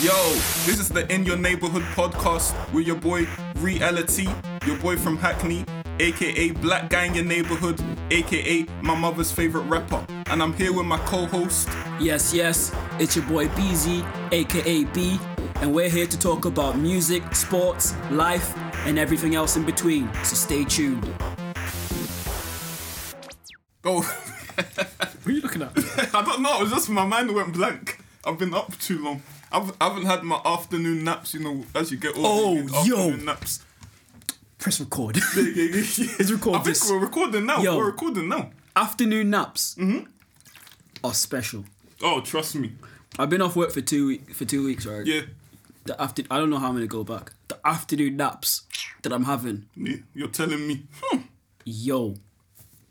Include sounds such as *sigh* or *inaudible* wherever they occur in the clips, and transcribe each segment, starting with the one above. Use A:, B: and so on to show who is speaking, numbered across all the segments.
A: Yo, this is the In Your Neighborhood podcast with your boy Reality, your boy from Hackney, aka Black Guy in Your Neighborhood, aka my mother's favorite rapper. And I'm here with my co host.
B: Yes, yes, it's your boy BZ, aka B, and we're here to talk about music, sports, life, and everything else in between. So stay tuned.
A: Oh, *laughs*
C: What are you looking at?
A: I don't know, it was just my mind went blank. I've been up too long. I've, I haven't had my afternoon naps, you know, as you get older. you
B: Oh,
A: need
B: yo.
A: Afternoon naps. *laughs*
B: Press record. *laughs*
A: Let's
B: record
A: I think
B: this.
A: we're recording now.
B: Yo.
A: We're recording now.
B: Afternoon naps
A: Mm-hmm.
B: are special.
A: Oh, trust me.
B: I've been off work for two week, for two weeks, right?
A: Yeah.
B: The after I don't know how I'm gonna go back. The afternoon naps that I'm having,
A: Yeah, You're telling me. *laughs* Hmm.
B: yo.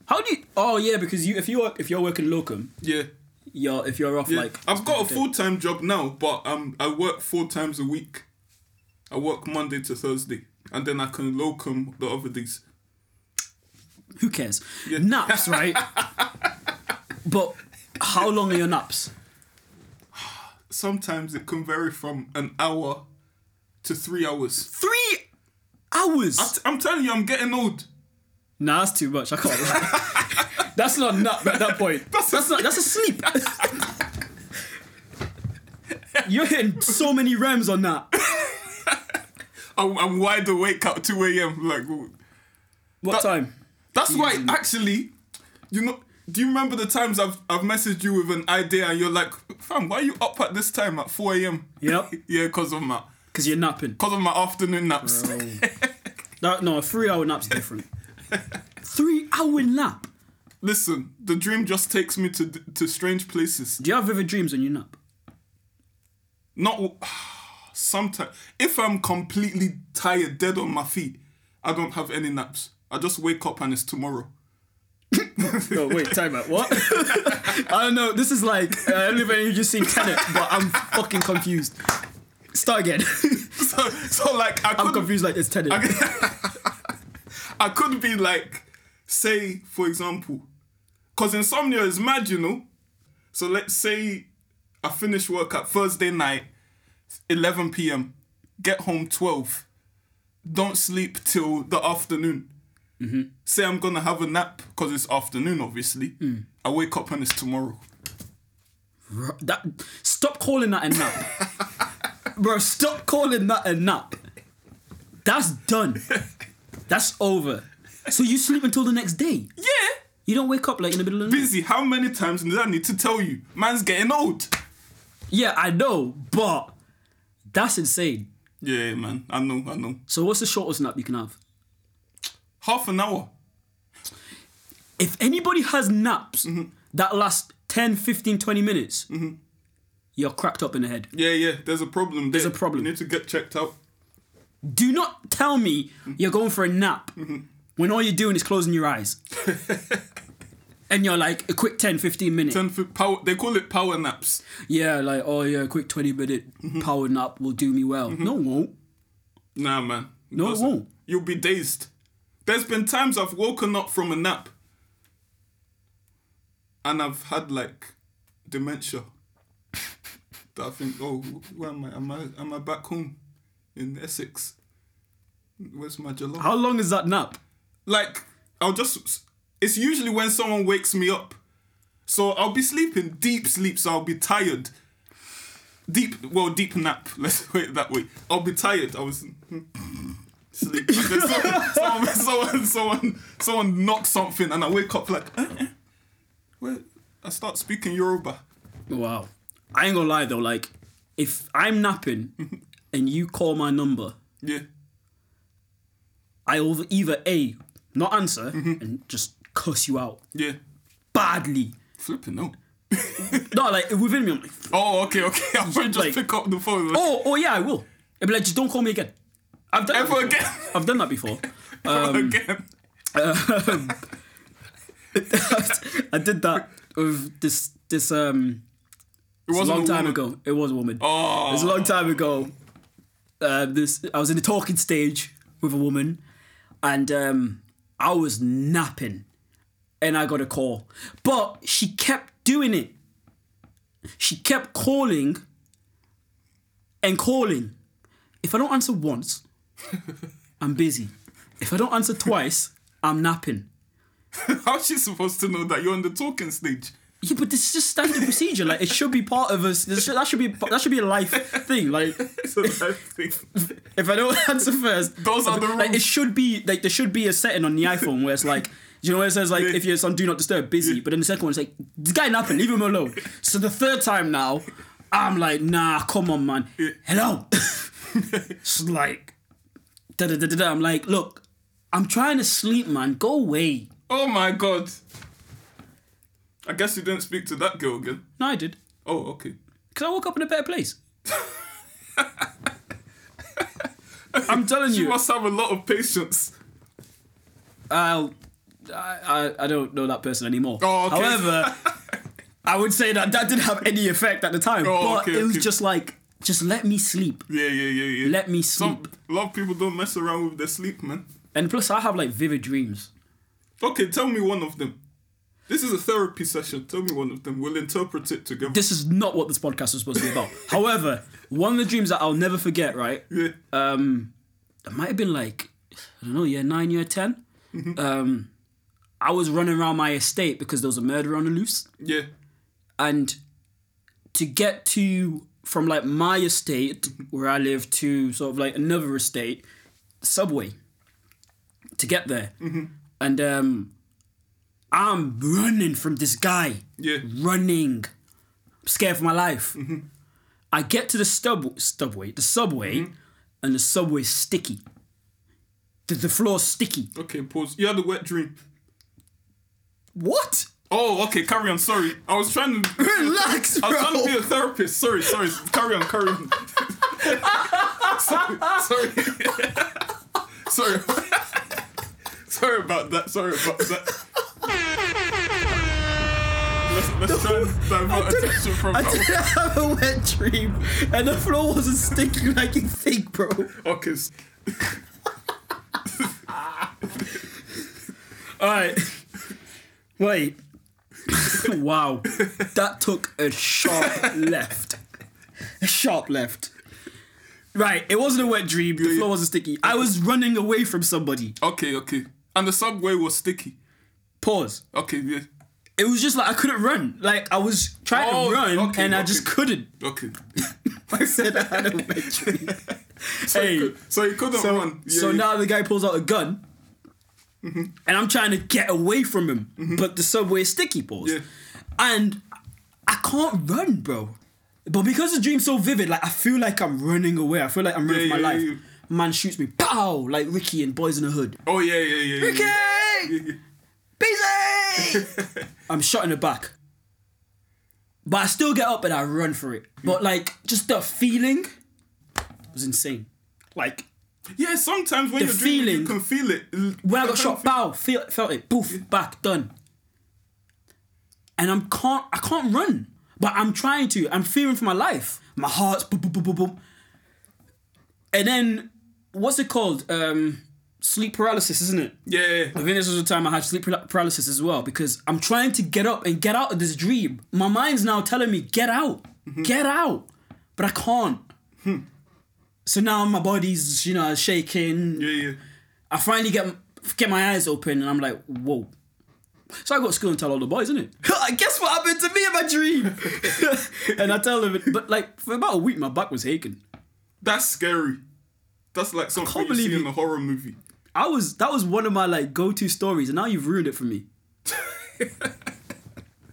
B: How do you? Oh yeah, because you if you are if you're working locum,
A: Yeah.
B: you're if you're off
A: Yeah,
B: like
A: I've got a full time job now, but um, I work four times a week. I work Monday to Thursday, and then I can locum the other days.
B: who cares? Naps, right? but how long are your naps?
A: Sometimes it can vary from an hour to three hours.
B: Three hours.
A: T- I'm telling you, I'm getting old.
B: nah, that's too much. I can't. lie. that's not nap at that point. That's, not. That's a sleep. *laughs* You're hitting so many rems on that.
A: I'm, I'm wide awake at two a.m. Like w- That-
B: What time?
A: that's why actually, you know. Do you remember the times I've I've messaged you with an idea and you're like, fam, why are you up at this time at four a.m.
B: Yep.
A: *laughs* yeah, because of my
B: Because you're napping.
A: because of my afternoon naps. *laughs*
B: That, no, a three-hour nap's different. Three-hour nap.
A: Listen, the dream just takes me to to strange places.
B: Do you have vivid dreams when you nap?
A: *sighs* Not sometimes. If I'm completely tired, dead on my feet, I don't have any naps. I just wake up and it's tomorrow. *laughs*
B: No, Oh, wait, time out. What? *laughs* I don't know. This is like uh, I don't know if any of you seen Tenet, but I'm fucking confused. Start again. *laughs*
A: So, so like I
B: I'm
A: could
B: confused. Like it's Tenet.
A: I could be like, say for example, because insomnia is mad, you know. So let's say I finish work at Thursday night, 11 p.m. Get home 12. Don't sleep till the afternoon. Say I'm gonna have a nap because it's afternoon, obviously. I wake up and it's tomorrow.
B: Bro, that stop calling that a nap, bro. Stop calling that a nap. That's done. That's over. So you sleep until the next day.
A: Yeah,
B: You don't wake up like in the middle of the night.
A: busy. How many times did I need to tell you? Man's getting old.
B: Yeah, I know, but that's insane.
A: Yeah, man. I know. I know.
B: So what's the shortest nap you can have?
A: Half an hour.
B: if anybody has naps that last 10, 15, 20 minutes, you're cracked up in the head.
A: Yeah, yeah. There's a problem. There's
B: a problem.
A: You need to get checked out.
B: Do not tell me you're going for a nap when all you're doing is closing your eyes. and you're like, a quick 10, 15 minutes.
A: Ten foot power. They call it power naps.
B: Yeah, like, oh yeah, a quick 20 minute power nap will do me well. No, it won't.
A: Nah, man.
B: No, it
A: Doesn't-
B: won't.
A: You'll be dazed. There's been times I've woken up from a nap, and I've had like dementia. *laughs* that I think, oh, where am I? Am I am I back home in Essex? Where's my jollof?
B: How long is that nap?
A: like I'll just it's usually when someone wakes me up. So I'll be sleeping deep sleep, so I'll be tired. Deep well, deep nap. *laughs* Let's put it that way. I'll be tired. I was hmm, sleep. And then someone, *laughs* someone, someone, someone, someone knocks something and I wake up like eh, eh. Where I start speaking Yoruba.
B: Wow. I ain't gonna lie though, like, if I'm napping and you call my number,
A: Yeah.
B: I will either A, not answer
A: Mm-hmm.
B: and just cuss you out
A: Yeah.
B: badly.
A: Flipping no.
B: No, like within me, I'm like,
A: Oh, okay, okay. *laughs* I'm just
B: Like-
A: pick up the phone.
B: oh, oh yeah, I will. I'll be like, just don't call me again. I've done
A: Ever
B: that before.
A: again. *laughs*
B: I've done that before. Um,
A: again.
B: I did that with this this um
A: It
B: a
A: wasn't
B: long
A: a
B: time
A: woman.
B: ago. It was a woman.
A: Oh.
B: It was a long time ago. Uh, this I was in the talking stage with a woman, and um, I was napping, and I got a call, but she kept doing it. She kept calling, and calling. If I don't answer once, I'm busy. If I don't answer twice, I'm napping.
A: How's she supposed to know that you're on the talking stage? *laughs*
B: Yeah, but this is just standard procedure. Like it should be part of us. This should, that should be that should be a life thing. Like
A: It's a life thing.
B: if I don't *laughs* answer first,
A: Those are the
B: Like it
A: rules.
B: should be like there should be a setting on the iPhone where
A: *laughs*
B: it's like. Do you know where it says like if you're on do not disturb, busy, but then the second one is like this guy napping, leave him alone. So the third time now, I'm like, nah, come on, man. Hello. *laughs* it's like da da da da da. I'm like, look, I'm trying to sleep, man. Go away.
A: *laughs* Oh my god. I guess you didn't speak to that girl again.
B: No, I did.
A: Oh, okay.
B: Because I woke up in a
A: *laughs*
B: better place. I'm telling
A: You
B: you,
A: must have a lot of patience.
B: I'll, I, I, I don't know that person anymore.
A: Oh, okay. *laughs*
B: However, I would say that that didn't have any effect at the time.
A: Oh,
B: but
A: okay,
B: it was
A: okay.
B: just like, just let me sleep.
A: Yeah, yeah, yeah, yeah.
B: Let me
A: Some,
B: sleep.
A: a lot of people don't mess around with their sleep, man.
B: And plus, I have like vivid dreams.
A: Okay, tell me one of them. This is a therapy session. Tell me one of them. We'll interpret it together.
B: This is not what this podcast was supposed to
A: *laughs*
B: be about. However, one of the dreams that I'll never forget, right?
A: yeah.
B: um, it might have been like I don't know, year nine, year 10
A: Mm-hmm.
B: Um, I was running around my estate because there was a murderer on the loose,
A: yeah.
B: and to get to from like my estate where I live to sort of like another estate, subway. To get there, and um, I'm running from this guy
A: Yeah.
B: running, scared for my life. I get to the stub- subway, the subway, and the subway's sticky. The, the floor's sticky.
A: Okay, pause. You had a wet dream.
B: What?
A: Oh, okay, carry on. Sorry. I was trying to. *laughs*
B: Relax,
A: I
B: bro.
A: was trying to be a therapist. Sorry, sorry. Carry on, carry on. sorry, sorry. sorry. sorry about that. Sorry about that. Let's, let's try and divert attention from
B: *laughs* I
A: that.
B: didn't have a wet dream, and the floor wasn't sticky like you think, bro.
A: one. Okay. s-
B: All right, wait. *laughs* wow, that took a sharp left. A sharp left. Right, it wasn't a wet dream. The
A: yeah.
B: floor wasn't sticky. I was running away from somebody.
A: Okay, okay. And the subway was sticky.
B: Pause.
A: Okay, yeah.
B: it was just like I couldn't run. Like I was trying
A: Oh,
B: to run
A: okay,
B: and I
A: okay.
B: just couldn't.
A: Okay.
B: *laughs*
A: *laughs*
B: I said I had a wet dream.
A: So
B: Hey,
A: you could, so you couldn't
B: so,
A: run. Yeah,
B: so
A: yeah. Mm-hmm.
B: now the guy pulls out a gun, and I'm trying to get away from him, but the subway is sticky balls,
A: Yeah.
B: and I can't run, bro. But because the dream's so vivid, like I feel like I'm running away. I feel like I'm running
A: Yeah,
B: for my
A: yeah,
B: life.
A: yeah,
B: Man shoots me, pow! Like Ricky and Boys in the Hood.
A: Oh yeah, yeah, yeah. yeah, yeah.
B: Ricky, busy. I'm shot in the back, but I still get up and I run for it.
A: Mm.
B: But like, just the feeling was insane. Like
A: *laughs* Yeah, sometimes when
B: The
A: you're dreaming, you can
B: feeling-
A: feel it.
B: when I got shot, bow, feel, felt it, poof, back, done. And I'm can't I can't run, but I'm trying to. I'm fearing for my life. My heart's boom, boom, boom, boom, boom. And then what's it called? Um, sleep paralysis, isn't it?
A: Yeah.
B: I think this was the time I had sleep paral- paralysis as well because I'm trying to get up and get out of this dream. My mind's now telling me, get out, get out, but I can't. So now my body's, you know, shaking.
A: Yeah, yeah.
B: I finally get get my eyes open and I'm like, whoa. So I go to school and tell all the boys, *laughs* innit? Guess what happened to me in my
A: *laughs*
B: dream? and I tell them, but like for about a week, my back was aching.
A: That's scary. That's like something
B: can't
A: you see
B: believe
A: in a horror movie.
B: I was that was one of my like go to stories, and now you've ruined it for me. *laughs*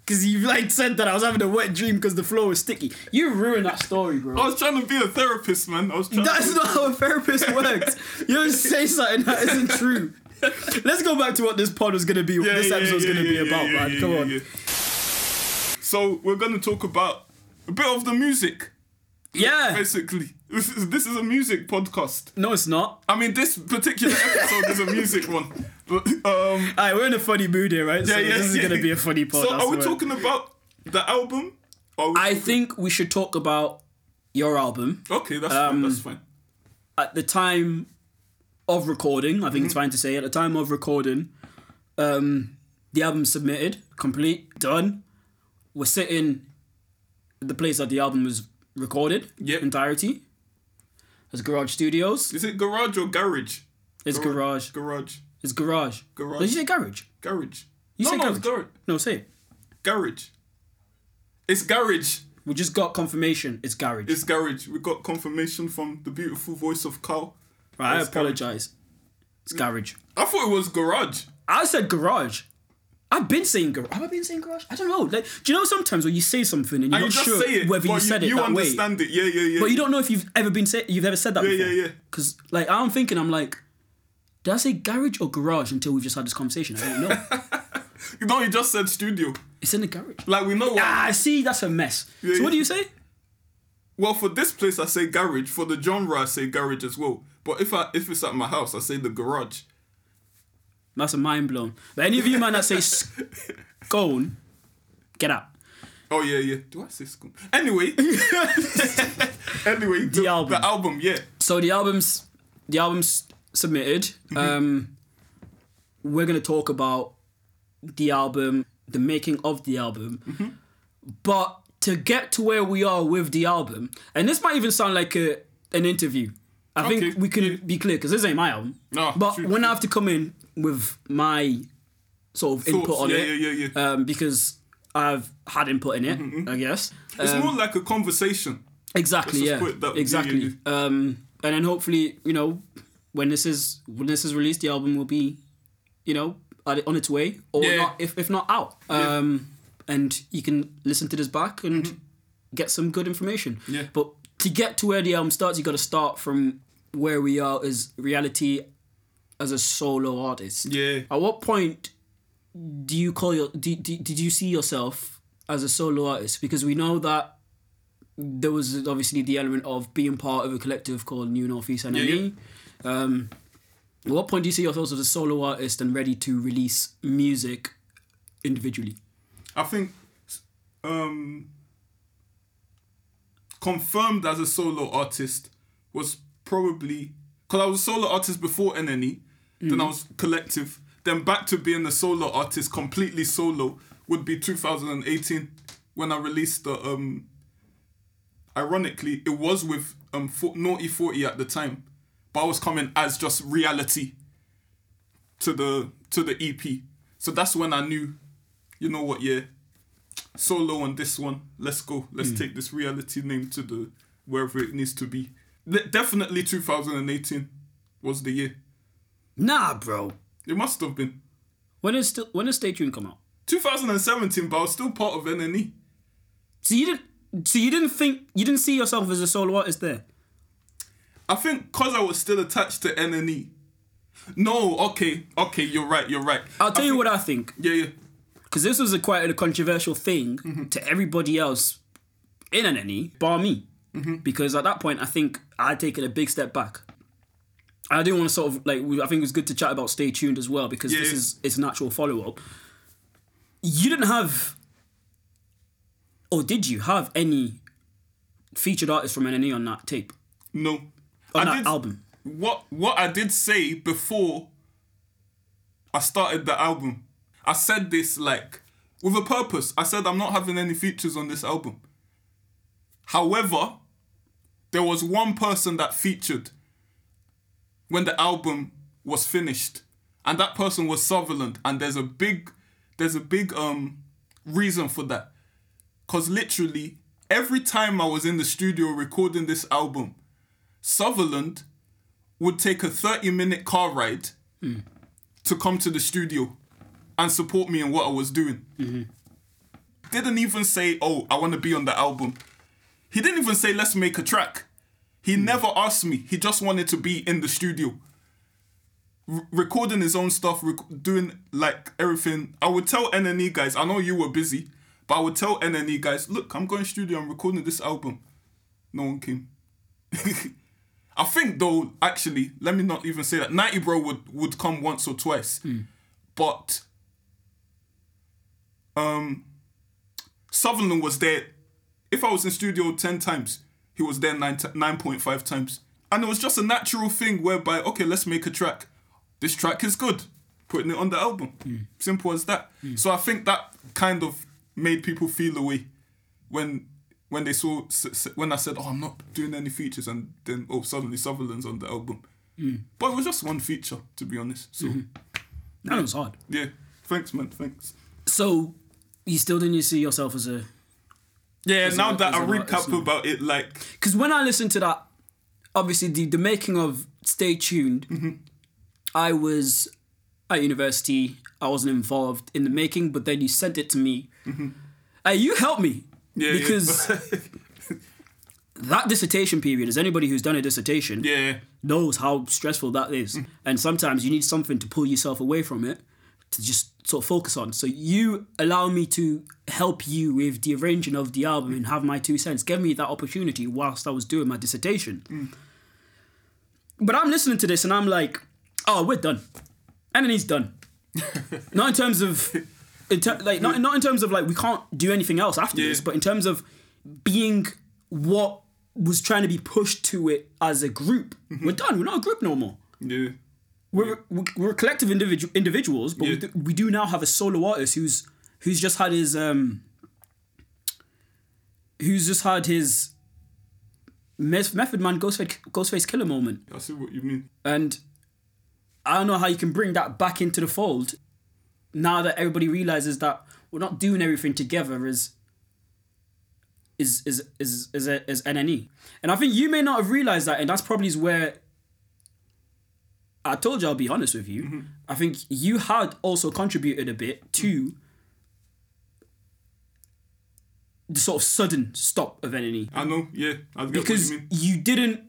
B: Cause you like said that I was having a wet dream because the floor was sticky. You ruined that story,
A: I
B: bro.
A: was trying to be a therapist, man. I was trying
B: Oh, That's
A: to
B: not how a therapist works. You don't say something that isn't true. Let's go back to what this pod was gonna be. What
A: Yeah,
B: this
A: yeah,
B: episode was
A: yeah,
B: gonna
A: yeah,
B: be
A: yeah,
B: about,
A: yeah,
B: man.
A: yeah,
B: Come
A: yeah,
B: on.
A: yeah. So we're gonna talk about a bit of the music,
B: Yeah.
A: basically. *laughs* This is this is a music podcast.
B: No, it's not.
A: I mean, this particular episode is a music one, but um,
B: Alright, we're in a funny mood here, right? so
A: yeah,
B: *laughs* this is
A: yeah.
B: gonna be a funny pod.
A: so
B: that's
A: are we
B: what-
A: talking about the album? Or are we
B: I
A: talking-
B: think we should talk about your album.
A: okay, that's
B: um,
A: fine. That's fine.
B: at the time of recording, I think
A: Mm-hmm.
B: it's fine to say at the time of recording, um, the album submitted, complete, done. We're sitting at the place that the album was recorded,
A: Yep.
B: entirety. It's Garage Studios.
A: Is it garage or garage?
B: It's
A: Gar-
B: Garage.
A: Garage.
B: It's Garage.
A: Garage.
B: Did you say Garage?
A: Garage.
B: You
A: no,
B: said
A: no, it's garage.
B: No, say it.
A: Garage. It's garage.
B: We just got confirmation. It's Garage.
A: It's garage. We got confirmation from the beautiful voice of Carl.
B: right, I
A: it's Garage.
B: apologize. It's Garage.
A: I thought it was garage.
B: I said Garage. I've been saying garage. Have I been saying garage? I don't know. Like, do you know sometimes when you say something and you're
A: And you just
B: not sure
A: say it.
B: whether
A: but
B: you said it
A: you
B: that way,
A: understand it. Yeah, yeah, yeah.
B: but you don't know if you've ever been say- you've ever said that. before.
A: yeah, yeah.
B: Because like I'm thinking, I'm like, did I say garage or garage until we've just had this conversation? I don't
A: *laughs*
B: know.
A: no, you just said studio.
B: it's in the garage.
A: Like we know what.
B: Ah, see, that's a mess. so
A: yeah.
B: what do you say?
A: Well, for this place, I say garage. For the genre, I say garage as well. But if I if it's at my house, I say the garage.
B: That's a mind blown. But any of you man that say scone, get out.
A: Oh yeah, yeah. Do I say school?
B: *laughs*
A: Anyway, *laughs* anyway, the,
B: album.
A: the album, yeah.
B: So the albums, the albums submitted.
A: Mm-hmm.
B: Um, we're gonna talk about the album, the making of the album,
A: Mm-hmm.
B: but to get to where we are with the album, and this might even sound like a an interview. I think
A: Okay,
B: we can
A: yeah.
B: be clear because this ain't my album.
A: No,
B: but
A: true,
B: when I have to come in with my sort of input
A: Thoughts,
B: on
A: yeah,
B: it,
A: yeah, yeah, Mm-hmm. yeah.
B: Um, because I've had input in it, I guess.
A: It's
B: Um,
A: more like a conversation.
B: Exactly.
A: Let's
B: yeah.
A: just put it that way,
B: exactly.
A: yeah,
B: Um, and then hopefully, you know, when this is when this is released, the album will be, you know, at it- on its way or
A: Yeah.
B: not, if if not out.
A: Yeah. Mm-hmm.
B: Um, and you can listen to this back and get some good information.
A: Yeah.
B: But to get to where the album starts, you got to start from where we are as reality as a solo artist.
A: Yeah.
B: At what point do you call your do, do, did you see yourself as a solo artist? Because we know that there was obviously the element of being part of a collective called New Northeast NME.
A: yeah.
B: E. Um, at what point do you see yourself as a solo artist and ready to release music individually?
A: I think um confirmed as a solo artist was probably because I was a solo artist before NNE, then I was collective, then back to being a solo artist completely solo would be 2018 when I released the um ironically it was with um Fo- Naughty 40 at the time, but I was coming as just reality to the to the EP. So that's when I knew, you know what, yeah, solo on this one. Let's go. Let's take this reality name to the wherever it needs to be. Le- definitely 2018 was the year.
B: Nah, bro.
A: It must have been
B: When is still when does Stay Tuned come out?
A: 2017, but I was still part of E. NNE.
B: So you didn't so you didn't think you didn't see yourself as a solo artist there?
A: I think because I was still attached to NNE. No, okay, okay, you're right, you're right.
B: I'll tell you what I think.
A: Yeah, yeah,
B: because this was a quite a controversial thing
A: Mm-hmm.
B: to everybody else in an NE, bar me.
A: Mm-hmm.
B: Because at that point, I think I'd taken a big step back. I do want to sort of like, we- I think it was good to chat about Stay Tuned as well because this
A: Yeah.
B: is it's an actual follow up. You didn't have, or did you have any featured artists from NNE on that tape,
A: Oh, no.
B: on
A: I
B: that
A: did
B: album?
A: what what I did say before I started the album, I said this like with a purpose. I said I'm not having any features on this album. However, there was one person that featured when the album was finished, and that person was Sutherland. And there's a big, there's a big um reason for that, cause literally every time I was in the studio recording this album, Sutherland would take a 30 minute car ride to come to the studio and support me in what I was doing. Didn't even say, Oh, I want to be on the album. He didn't even say, Let's make a track. He never asked me. He just wanted to be in the studio, R- recording his own stuff, rec- doing like everything. I would tell NNE guys, I know you were busy, but I would tell NNE guys, Look, I'm going studio, I'm recording this album. No one came. *laughs* I think though, actually, let me not even say that. Ninety Bro would would come once or twice, but um, Sutherland was there. If I was in studio ten times, he was there nine nine point five times, and it was just a natural thing whereby okay, let's make a track. This track is good, putting it on the album. Simple as that. So I think that kind of made people feel away when when they saw s- s- when I said, "Oh, I'm not doing any features," and then oh, suddenly Sutherland's on the album. But it was just one feature, to be honest. So
B: That was hard.
A: yeah, thanks, man. Thanks.
B: So you still didn't see yourself as a
A: Yeah, now
B: a-
A: that
B: as
A: I
B: an artist,
A: recap
B: no.
A: about it, like
B: because when I listened to that, obviously the, the making of Stay Tuned,
A: Mm-hmm.
B: I was at university. I wasn't involved in the making, but then you sent it to me. Hey, you helped me
A: Mm-hmm. yeah, yeah. *laughs*
B: because that dissertation period, as anybody who's done a dissertation
A: yeah,
B: knows how stressful that is, and sometimes you need something to pull yourself away from it to just sort of focus on. So you allow me to help you with the arranging of the album and have my two cents. Give me that opportunity whilst I was doing my dissertation. But I'm listening to this and I'm like, oh, we're done. Enemy's done. not in terms of, in ter- like, not, not in terms of like we can't do anything else after
A: Yeah.
B: this, but in terms of being what was trying to be pushed to it as a group. We're done. We're not a group no more.
A: Mm-hmm. yeah,
B: We're we're, we're a collective individu- individuals, but we,
A: Yeah.
B: do, we do now have a solo artist who's who's just had his um who's just had his Meth- Method Man Ghostface Ghostface Killer moment.
A: I see what you mean.
B: And I don't know how you can bring that back into the fold now that everybody realizes that we're not doing everything together as is is is is a, is NNE. And I think you may not have realized that, and that's probably is where I told you I'll be honest with you. I think you had also contributed a bit to the sort of sudden stop of E. NNE
A: I know. Yeah, I get
B: because
A: what you
B: you,
A: mean.
B: didn't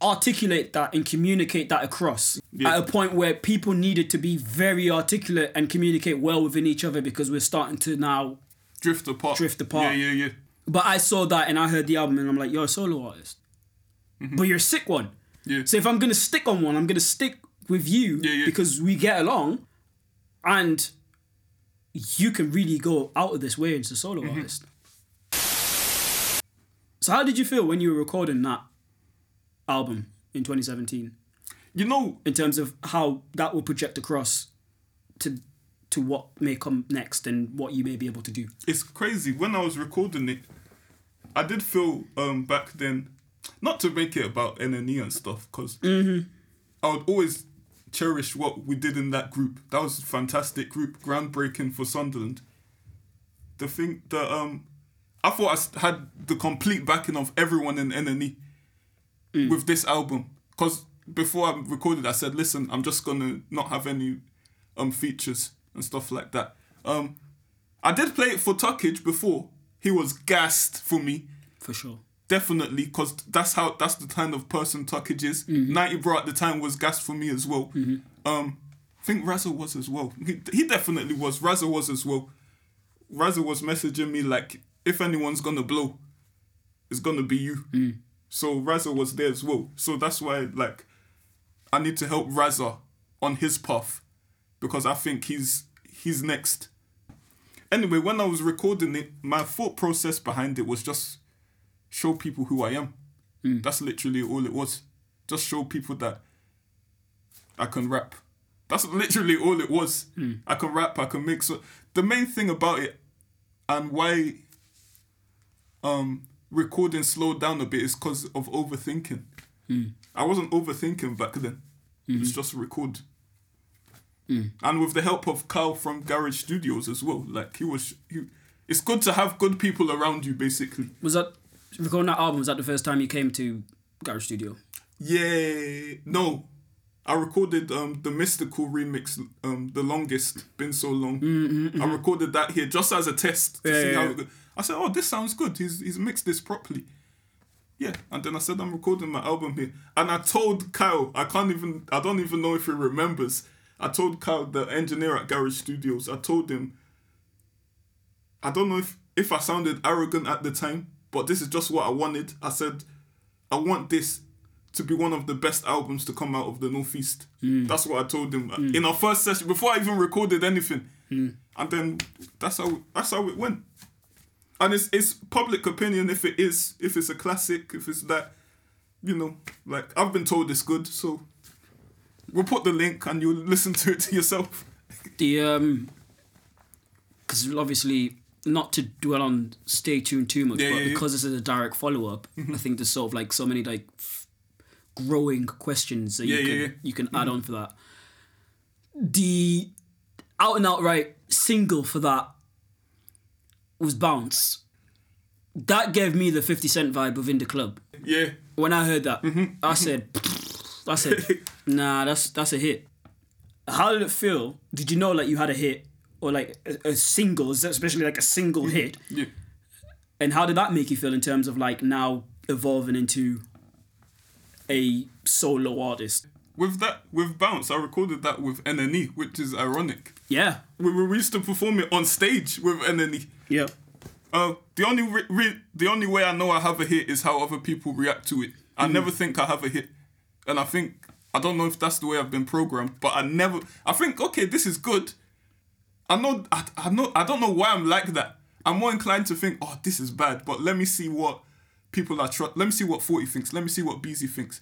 B: articulate that and communicate that across
A: Yeah.
B: at a point where people needed to be very articulate and communicate well within each other because we're starting to now
A: Drift apart.
B: Drift apart.
A: Yeah, yeah, yeah.
B: but i saw that and i heard the album and i'm like you're a solo artist but you're a sick one
A: Mm-hmm. Yeah.
B: so if i'm gonna stick on one i'm gonna stick with you
A: Yeah, yeah.
B: because we get along and you can really go out of this way as a solo
A: Mm-hmm.
B: artist so how did you feel when you were recording that album in 2017
A: You know,
B: in terms of how that will project across to to what may come next and what you may be able to do
A: it's crazy. When I was recording it, I did feel um back then, not to make it about NNE and stuff, because
B: Mm-hmm.
A: I would always cherish what we did in that group. That was a fantastic group, groundbreaking for Sunderland. The thing that um, I thought I s- had the complete backing of everyone in E. NNE with this album, because before I recorded, I said, "Listen, I'm just gonna not have any um features and stuff like that." Um, I did play it for Tuckage before. He was gassed for me
B: for sure
A: definitely because that's how that's the kind of person Tuckage is. 90 Bro at the time was gas for me as well. Um, I think Razzle was as well. He, he definitely was. Razzle was as well. Razzle was messaging me like, if anyone's gonna blow, it's gonna be you. So Razzle was there as well. So that's why like, I need to help Razzle on his path because I think he's he's next. Anyway, when I was recording it, my thought process behind it was just show people who I am. That's literally all it was. Just show people that I can rap. That's literally all it was. I can rap. I can make so. The main thing about it and why um recording slowed down a bit is because of overthinking. I wasn't overthinking back then. It was just record. And with the help of Carl from Garage Studios as well, like he was, he, it's good to have good people around you, basically.
B: Was that recording that album? Was that the first time you came to Garage Studio?
A: Yeah, no. I recorded um the mystical remix, um the longest been so long.
B: Mm,
A: I recorded that here just as a test to
B: Yeah,
A: see
B: yeah,
A: how
B: yeah.
A: it go. I said, oh, this sounds good. He's he's mixed this properly. Yeah, and then I said I'm recording my album here, and I told Kyle I can't even I don't even know if he remembers. I told Kyle, the engineer at Garage Studios, I told him I don't know if, if I sounded arrogant at the time, but this is just what I wanted. I said, I want this to be one of the best albums to come out of the Northeast. That's what I told him uh, in our first session before I even recorded anything. And then that's how that's how it went. And it's it's public opinion if it is if it's a classic if it's that, you know, like I've been told it's good. So we'll put the link and *laughs* you'll listen to it to yourself.
B: The um, because obviously not to dwell on stay tuned too much,
A: Yeah,
B: but
A: yeah, yeah.
B: because this is a direct follow up, I think there's sort of like so many like f- growing questions that
A: Yeah,
B: you
A: yeah,
B: can
A: yeah.
B: you can add on for that. The out and outright single for that was bounce. That gave me the Fifty Cent vibe within the club.
A: Yeah.
B: When I heard that, I said, *laughs* I said, nah, that's that's a hit. How did it feel? Did you know like you had a hit or like a, a single, especially like a single hit?
A: Yeah.
B: And how did that make you feel in terms of like now evolving into a solo artist?
A: With that, with bounce, I recorded that with NNE, which is ironic.
B: Yeah,
A: We, we used to perform it on stage with NNE.
B: yeah,
A: Uh, the only re- re- the only way I know I have a hit is how other people react to it. I never think I have a hit, and I think I don't know if that's the way I've been programmed, but I never. I think okay, this is good. I know I, I know I don't know why I'm like that. I'm more inclined to think, oh, this is bad, but let me see what people are. Tr- let me see what Forty thinks. Let me see what Beezy thinks.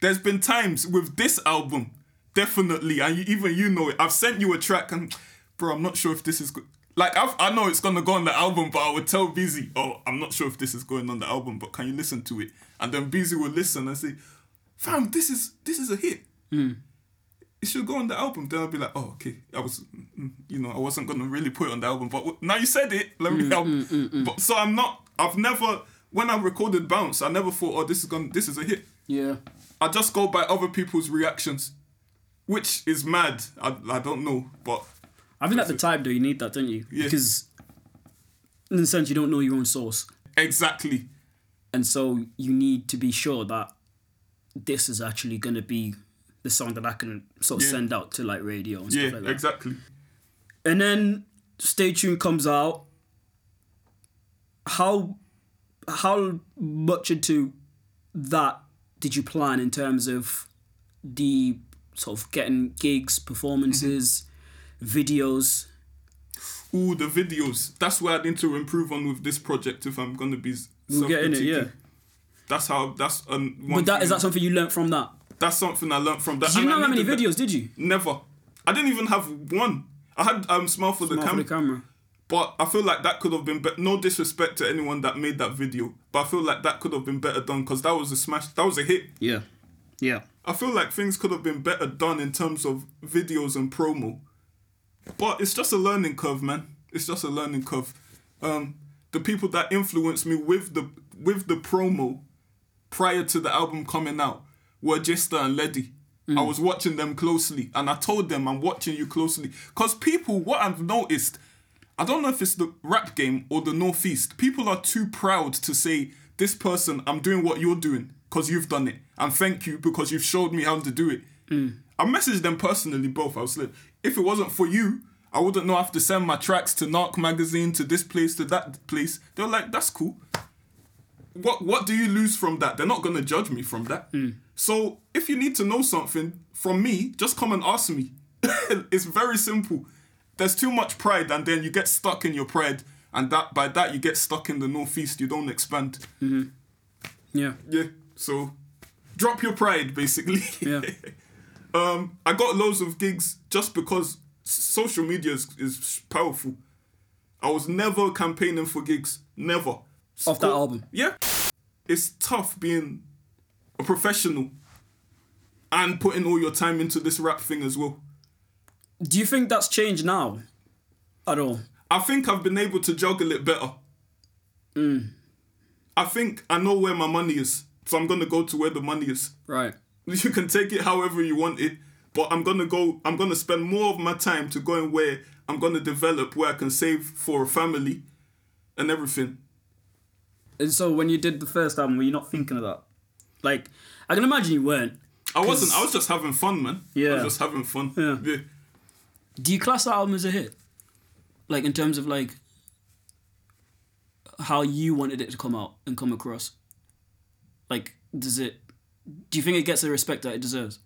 A: There's been times with this album, definitely, and you, even you know it. I've sent you a track, and bro, I'm not sure if this is good. Like I've, I know it's gonna go on the album, but I would tell Beezy, oh, I'm not sure if this is going on the album, but can you listen to it? And then Beezy will listen and say, fam, this is this is a hit. It should go on the album. Then I'll be like, oh, okay. I was, mm, mm, you know, I wasn't gonna really put it on the album, but w- now you said it. Let me help. But so I'm not. I've never. When I recorded Bounce, I never thought, oh, this is gonna, this is a hit.
B: yeah.
A: I just go by other people's reactions, which is mad. I, I don't know, but
B: I think at the time though you need that, don't you?
A: Yeah.
B: Because in a sense you don't know your own source,
A: exactly.
B: and so you need to be sure that this is actually gonna be the song that I can sort of
A: Yeah.
B: send out to like radio and
A: Yeah,
B: stuff like that.
A: exactly.
B: And then Stay Tuned comes out. How how much into that did you plan in terms of the sort of getting gigs, performances,
A: Mm-hmm.
B: videos?
A: Ooh, the videos. That's where I need to improve on with this project if I'm gonna be.
B: We're getting it, yeah.
A: That's how. That's um, one
B: But that
A: thing-
B: is that something you learnt from that?
A: That's something I learned from that.
B: Do you
A: and I
B: know how many
A: needed that-
B: videos did you?
A: Never. I didn't even have one. I had um smile for the
B: Not for
A: camera,
B: the camera.
A: but I feel like that could have been. Be- no disrespect to anyone that made that video, but I feel like that could have been better done because that was a smash. That was a hit.
B: Yeah. Yeah.
A: I feel like things could have been better done in terms of videos and promo. But it's just a learning curve, man. It's just a learning curve. Um, the people that influenced me with the with the promo prior to the album coming out were Jester and Leddy. I was watching them closely and I told them I'm watching you closely. Cause people, what I've noticed, I don't know if it's the rap game or the Northeast, people are too proud to say, This person, I'm doing what you're doing, because you've done it. And thank you because you've showed me how to do it. I messaged them personally both. I was like, if it wasn't for you, I wouldn't know I have to send my tracks to Narc magazine, to this place, to that place. They're like, that's cool what what do you lose from that? They're not gonna judge me from that.
B: Hmm.
A: So if you need to know something from me, just come and ask me. *laughs* it's very simple. There's too much pride, and then you get stuck in your pride, and that by that you get stuck in the northeast. You don't expand.
B: Yeah.
A: Yeah. So drop your pride, basically.
B: *laughs* Yeah.
A: um, I got loads of gigs just because s- social media is, is powerful. I was never campaigning for gigs. Never.
B: Off that album.
A: Yeah. It's tough being a professional and putting all your time into this rap thing as well.
B: Do you think that's changed now? At all?
A: I think I've been able to juggle it better.
B: Mm.
A: I think I know where my money is, so I'm gonna go to where the money is. *laughs*
B: Right.
A: You can take it however you want it, but I'm gonna go. I'm gonna spend more of my time to going where I'm gonna develop, where I can save for a family, and everything.
B: And so when you did the first album, were you not thinking of that? Like, I can imagine you weren't.
A: I wasn't. I was just having fun, man. I
B: Yeah.
A: was just having fun.
B: Yeah.
A: yeah.
B: Do you class that album as a hit? Like in terms of like how you wanted it to come out and come across. Like, does it? Do you think it gets the respect that it deserves?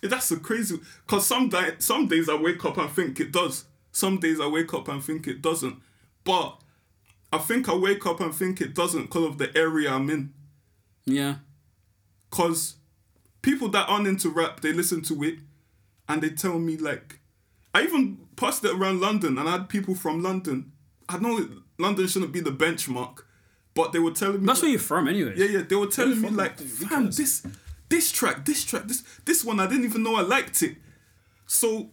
A: Yeah, That's a crazy. Cause some di- some days I wake up and think it does. Some days I wake up and think it doesn't. But I think I wake up and think it doesn't because of the area I'm in.
B: Yeah.
A: Cause people that aren't into rap, they listen to it, and they tell me like, I even passed it around London and I had people from London I know London shouldn't be the benchmark, but they were telling me
B: That's where you're from, anyway.
A: yeah, yeah. They were telling me
C: fuck
A: like,
C: that, dude,
A: fam, this, this track, this track, this, this one. I didn't even know I liked it. So,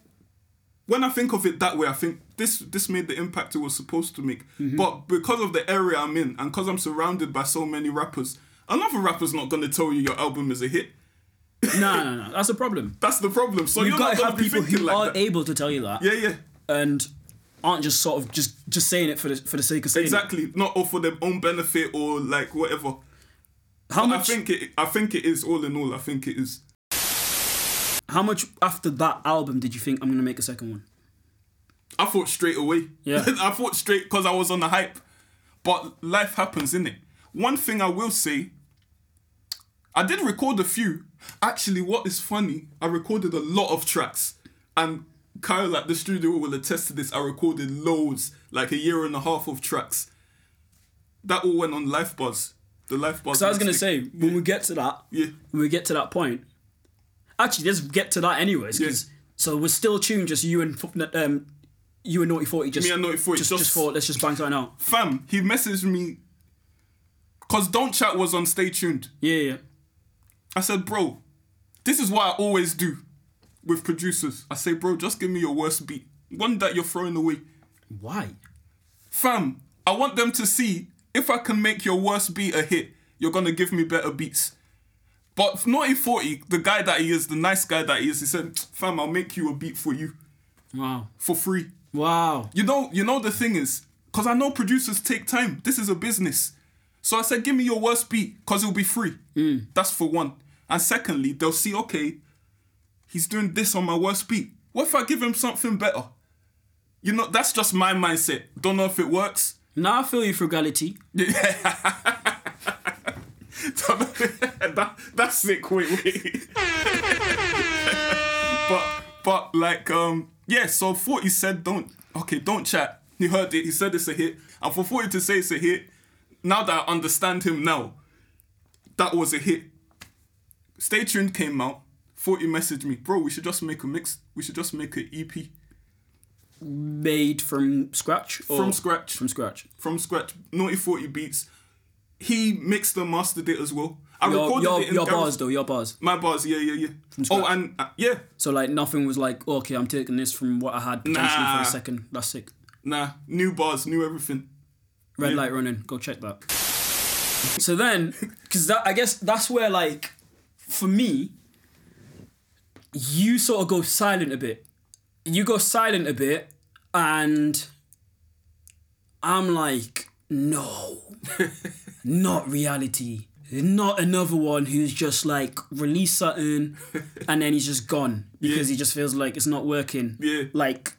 A: when I think of it that way, I think this this made the impact it was supposed to make.
B: Mm-hmm.
A: But because of the area I'm in, and because I'm surrounded by so many rappers, another rapper's not gonna tell you your album is a hit.
B: No, no, no. That's a problem.
A: That's the problem. So
B: You've
A: you're
B: got
A: not
B: to
A: gonna
B: have
A: be
B: people
A: thinking
B: who
A: like
B: are
A: that.
B: able to tell you that
A: yeah, yeah.
B: and aren't just sort of just just saying it for the for the sake of saying
A: Exactly. Not all for their own benefit or like whatever.
B: it. How
A: I
B: much?
A: think it. I think it is all in all. I think it is.
B: how much after that album did you think I'm gonna make a second one?
A: I thought straight away.
B: Yeah.
A: *laughs* I thought straight because I was on the hype. But life happens, innit? One thing I will say, I did record a few. Actually, what is funny, I recorded a lot of tracks. And Kyle at the studio will attest to this. I recorded loads, like a year and a half of tracks. That all went on Life Buzz. The Life Buzz.
B: So I was gonna
A: mixtape.
B: say when we get to that,
A: Yeah.
B: when we get to that point. Actually, let's get to that anyways. 'cause- So we're still tuned, just you and fu- um, you and Naughty Forty. Just
A: Me and Naughty 40,
B: Just,
A: just-
B: just for let's just bang something out.
A: Fam, he messaged me. Because Don't Chat was on Stay Tuned.
B: Yeah, yeah. yeah.
A: I said, bro, this is what I always do with producers. I say, bro, just give me your worst beat. One that you're throwing away.
B: Why?
A: Fam, I want them to see if I can make your worst beat a hit, you're gonna give me better beats. But Naughty 40, the guy that he is, the nice guy that he is, he said, fam, I'll make you a beat for you
B: Wow.
A: for free.
B: Wow.
A: You know, you know the thing is, because I know producers take time. This is a business. So I said, give me your worst beat, because it'll be free. That's for one. And secondly, they'll see, okay, he's doing this on my worst beat. What if I give him something better? You know, that's just my mindset. Don't know if it works.
B: Now I feel your frugality.
A: *laughs* that, that's sick. Wait, wait. *laughs* but but like um yeah. So Forty said don't okay don't chat. He heard it. He said it's a hit. And for Forty to say it's a hit, now that I understand him now, that was a hit. Stay tuned came out. Forty messaged me, bro. We should just make a mix. We should just make E an EP
B: Made from scratch. Or
A: from scratch.
B: From scratch.
A: from scratch, Naughty 40 beats. He mixed and mastered it as well. I
B: Your,
A: recorded
B: your,
A: it in
B: your
A: Garage-
B: bars though. Your bars.
A: My bars, yeah, yeah, yeah.
B: scratch.
A: Oh, and uh, yeah,
B: So like nothing was like okay. I'm taking this from what I had potentially
A: Nah.
B: for a second. That's sick.
A: nah, new bars, new everything.
B: Red light running. Go check that. So then, because that I guess that's where like, for me, you sort of go silent a bit. You go silent a bit, and I'm like, no, not reality. Not another one who's just like release something, and then he's just gone because he just feels like it's not working.
A: Yeah.
B: like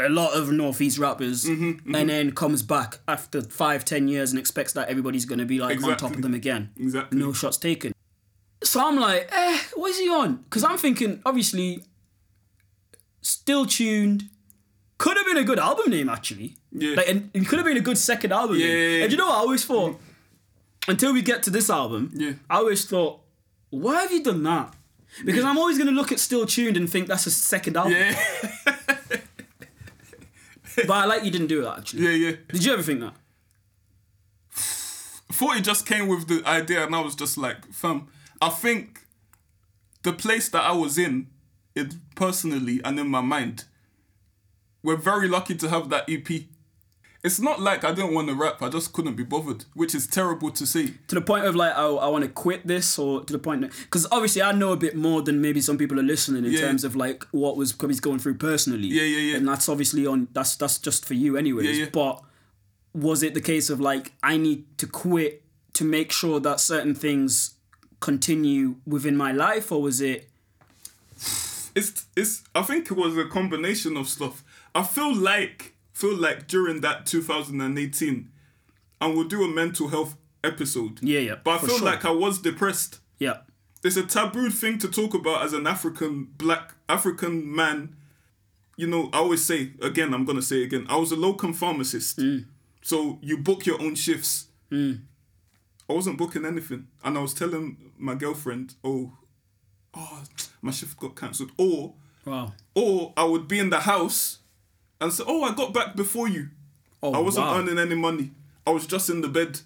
B: a lot of northeast rappers
A: Mm-hmm,
B: and then comes back after five ten years and expects that everybody's going to be like on top
A: Exactly.
B: of them again
A: Exactly.
B: no shots taken so i'm like eh what is he on because i'm thinking obviously still tuned could have been a good album name actually
A: Yeah.
B: like and it could have been a good second album name.
A: Yeah, yeah, yeah.
B: and you know what i always thought until we get to this album
A: Yeah.
B: i always thought why have you done that because i'm always going to look at still tuned and think that's a second album
A: Yeah,
B: but i like you didn't do that actually
A: yeah, yeah.
B: Did you ever think that?
A: 40 just came with the idea, and I was just like, fam, I think the place that I was in, it personally and in my mind, we're very lucky to have that EP. It's not like I didn't want to rap, I just couldn't be bothered, which is terrible to say.
B: To the point of like, oh, I want to quit this, or to the point that because obviously I know a bit more than maybe some people are listening in
A: Yeah.
B: terms of like what was Cubby's going through personally.
A: Yeah, yeah, yeah.
B: And that's obviously on that's that's just for you, anyways.
A: Yeah, yeah.
B: But was it the case of like I need to quit to make sure that certain things continue within my life, or was it?
A: it's it's I think it was a combination of stuff. I feel like feel like during that 2018 and we'll do a mental health episode.
B: Yeah, yeah,
A: But I
B: for
A: feel
B: sure.
A: like I was depressed.
B: Yeah,
A: It's a taboo thing to talk about as an African black African man. You know, I always say again, I'm gonna say again, I was a locum pharmacist.
B: Mm.
A: So you book your own shifts. I wasn't booking anything. And I was telling my girlfriend, oh, oh, my shift got cancelled. Or
B: wow.
A: or I would be in the house and say, "Oh, I got back before you,"
B: Oh,
A: I wasn't
B: wow.
A: earning any money. I was just in the bed.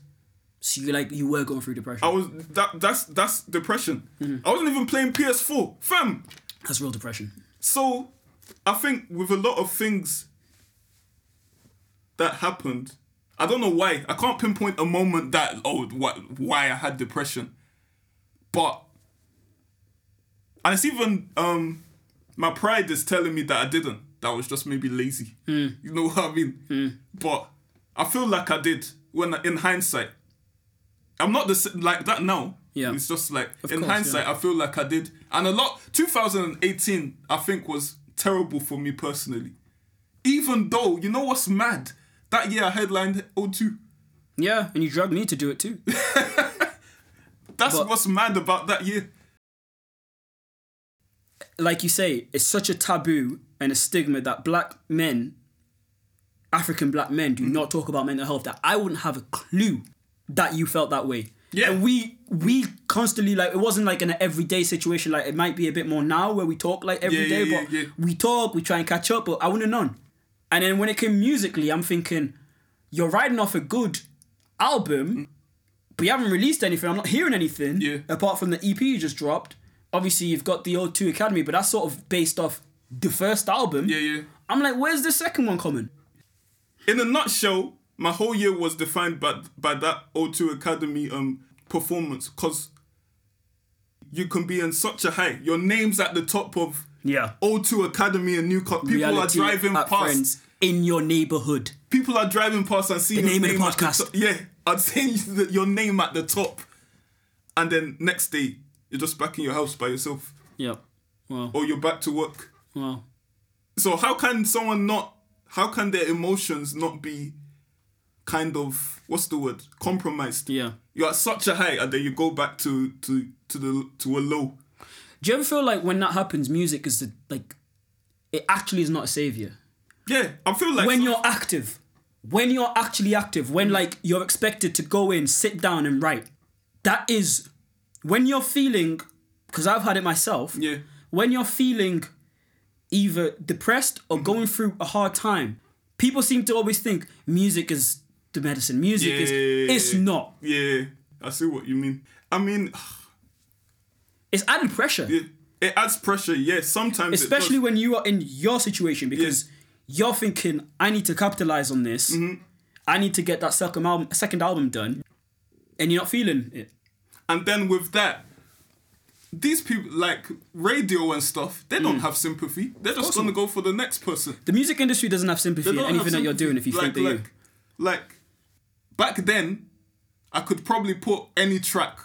B: So you like you were going through depression.
A: I was that that's that's depression.
B: Mm-hmm.
A: I wasn't even playing PS4, fam.
B: That's real depression.
A: So I think with a lot of things that happened, I don't know why. I can't pinpoint a moment that oh what why I had depression, but and it's even um my pride is telling me that I didn't. That I was just maybe lazy. You know what I mean? But I feel like I did when in hindsight. I'm not the s- like that now.
B: Yeah.
A: It's just like in
B: course,
A: hindsight, I feel like I did, and a lot. 2018, I think, was terrible for me personally. Even though you know what's mad, that year I headlined O2.
B: Yeah, and you drugged me to do it too.
A: That's
B: But-
A: what's mad about that year.
B: like you say, it's such a taboo and a stigma that black men, African black men,
A: Mm-hmm.
B: do not talk about mental health. That I wouldn't have a clue that you felt that way.
A: Yeah.
B: And we we constantly like it wasn't like an everyday situation. Like it might be a bit more now where we talk like every
A: Yeah,
B: day,
A: yeah, yeah,
B: but
A: yeah.
B: we talk, we try and catch up. But I wouldn't have known. And then when it came musically, I'm thinking, you're riding off a good album
A: Mm.
B: but you haven't released anything. I'm not hearing anything
A: Yeah.
B: apart from the EP you just dropped. Obviously, you've got the O2 Academy, but that's sort of based off the first album.
A: Yeah, yeah.
B: I'm like, where's the second one coming?
A: in a nutshell, my whole year was defined by by that O2 Academy um performance because you can be in such a high. Your name's at the top of
B: Yeah.
A: O2 Academy in Newcastle. People
B: Reality
A: are driving
B: at
A: past.
B: friends in your neighborhood.
A: People are driving past and seeing
B: The
A: your
B: name of the
A: at
B: podcast.
A: top. Yeah, I'd say you- your name at *laughs* the top, and then next day you're just back in your house by yourself,
B: Yeah. Well,
A: or you're back to work.
B: well.
A: So how can someone not? How can their emotions not be kind of what's the word compromised?
B: Yeah.
A: You're at such a high, and then you go back to to to the to a low.
B: Do you ever feel like when that happens, music is the, like, it actually is not a savior?
A: Yeah, I feel like
B: when you're active, when you're actually active, when like you're expected to go in, sit down, and write, that is when you're feeling, because I've had it myself.
A: Yeah.
B: When you're feeling either depressed or
A: Mm-hmm.
B: going through a hard time, people seem to always think music is the medicine. Music is.
A: Yeah.
B: It's not.
A: yeah, I see what you mean. I mean, *sighs*
B: It's added pressure,
A: it, it adds pressure. Yeah, sometimes it
B: especially
A: does.
B: when you are in your situation because you're thinking, I need to capitalize on this.
A: Mm-hmm.
B: I need to get that second album, second album done, and you're not feeling it.
A: and then with that. These people like radio and stuff. They
B: Hmm.
A: don't have sympathy. They're just gonna go for the next person.
B: The music industry doesn't have sympathy
A: They
B: in
A: don't
B: anything
A: have
B: that you're
A: sympathy.
B: doing if you
A: Like-
B: think that you.
A: like, like back then, I could probably put any track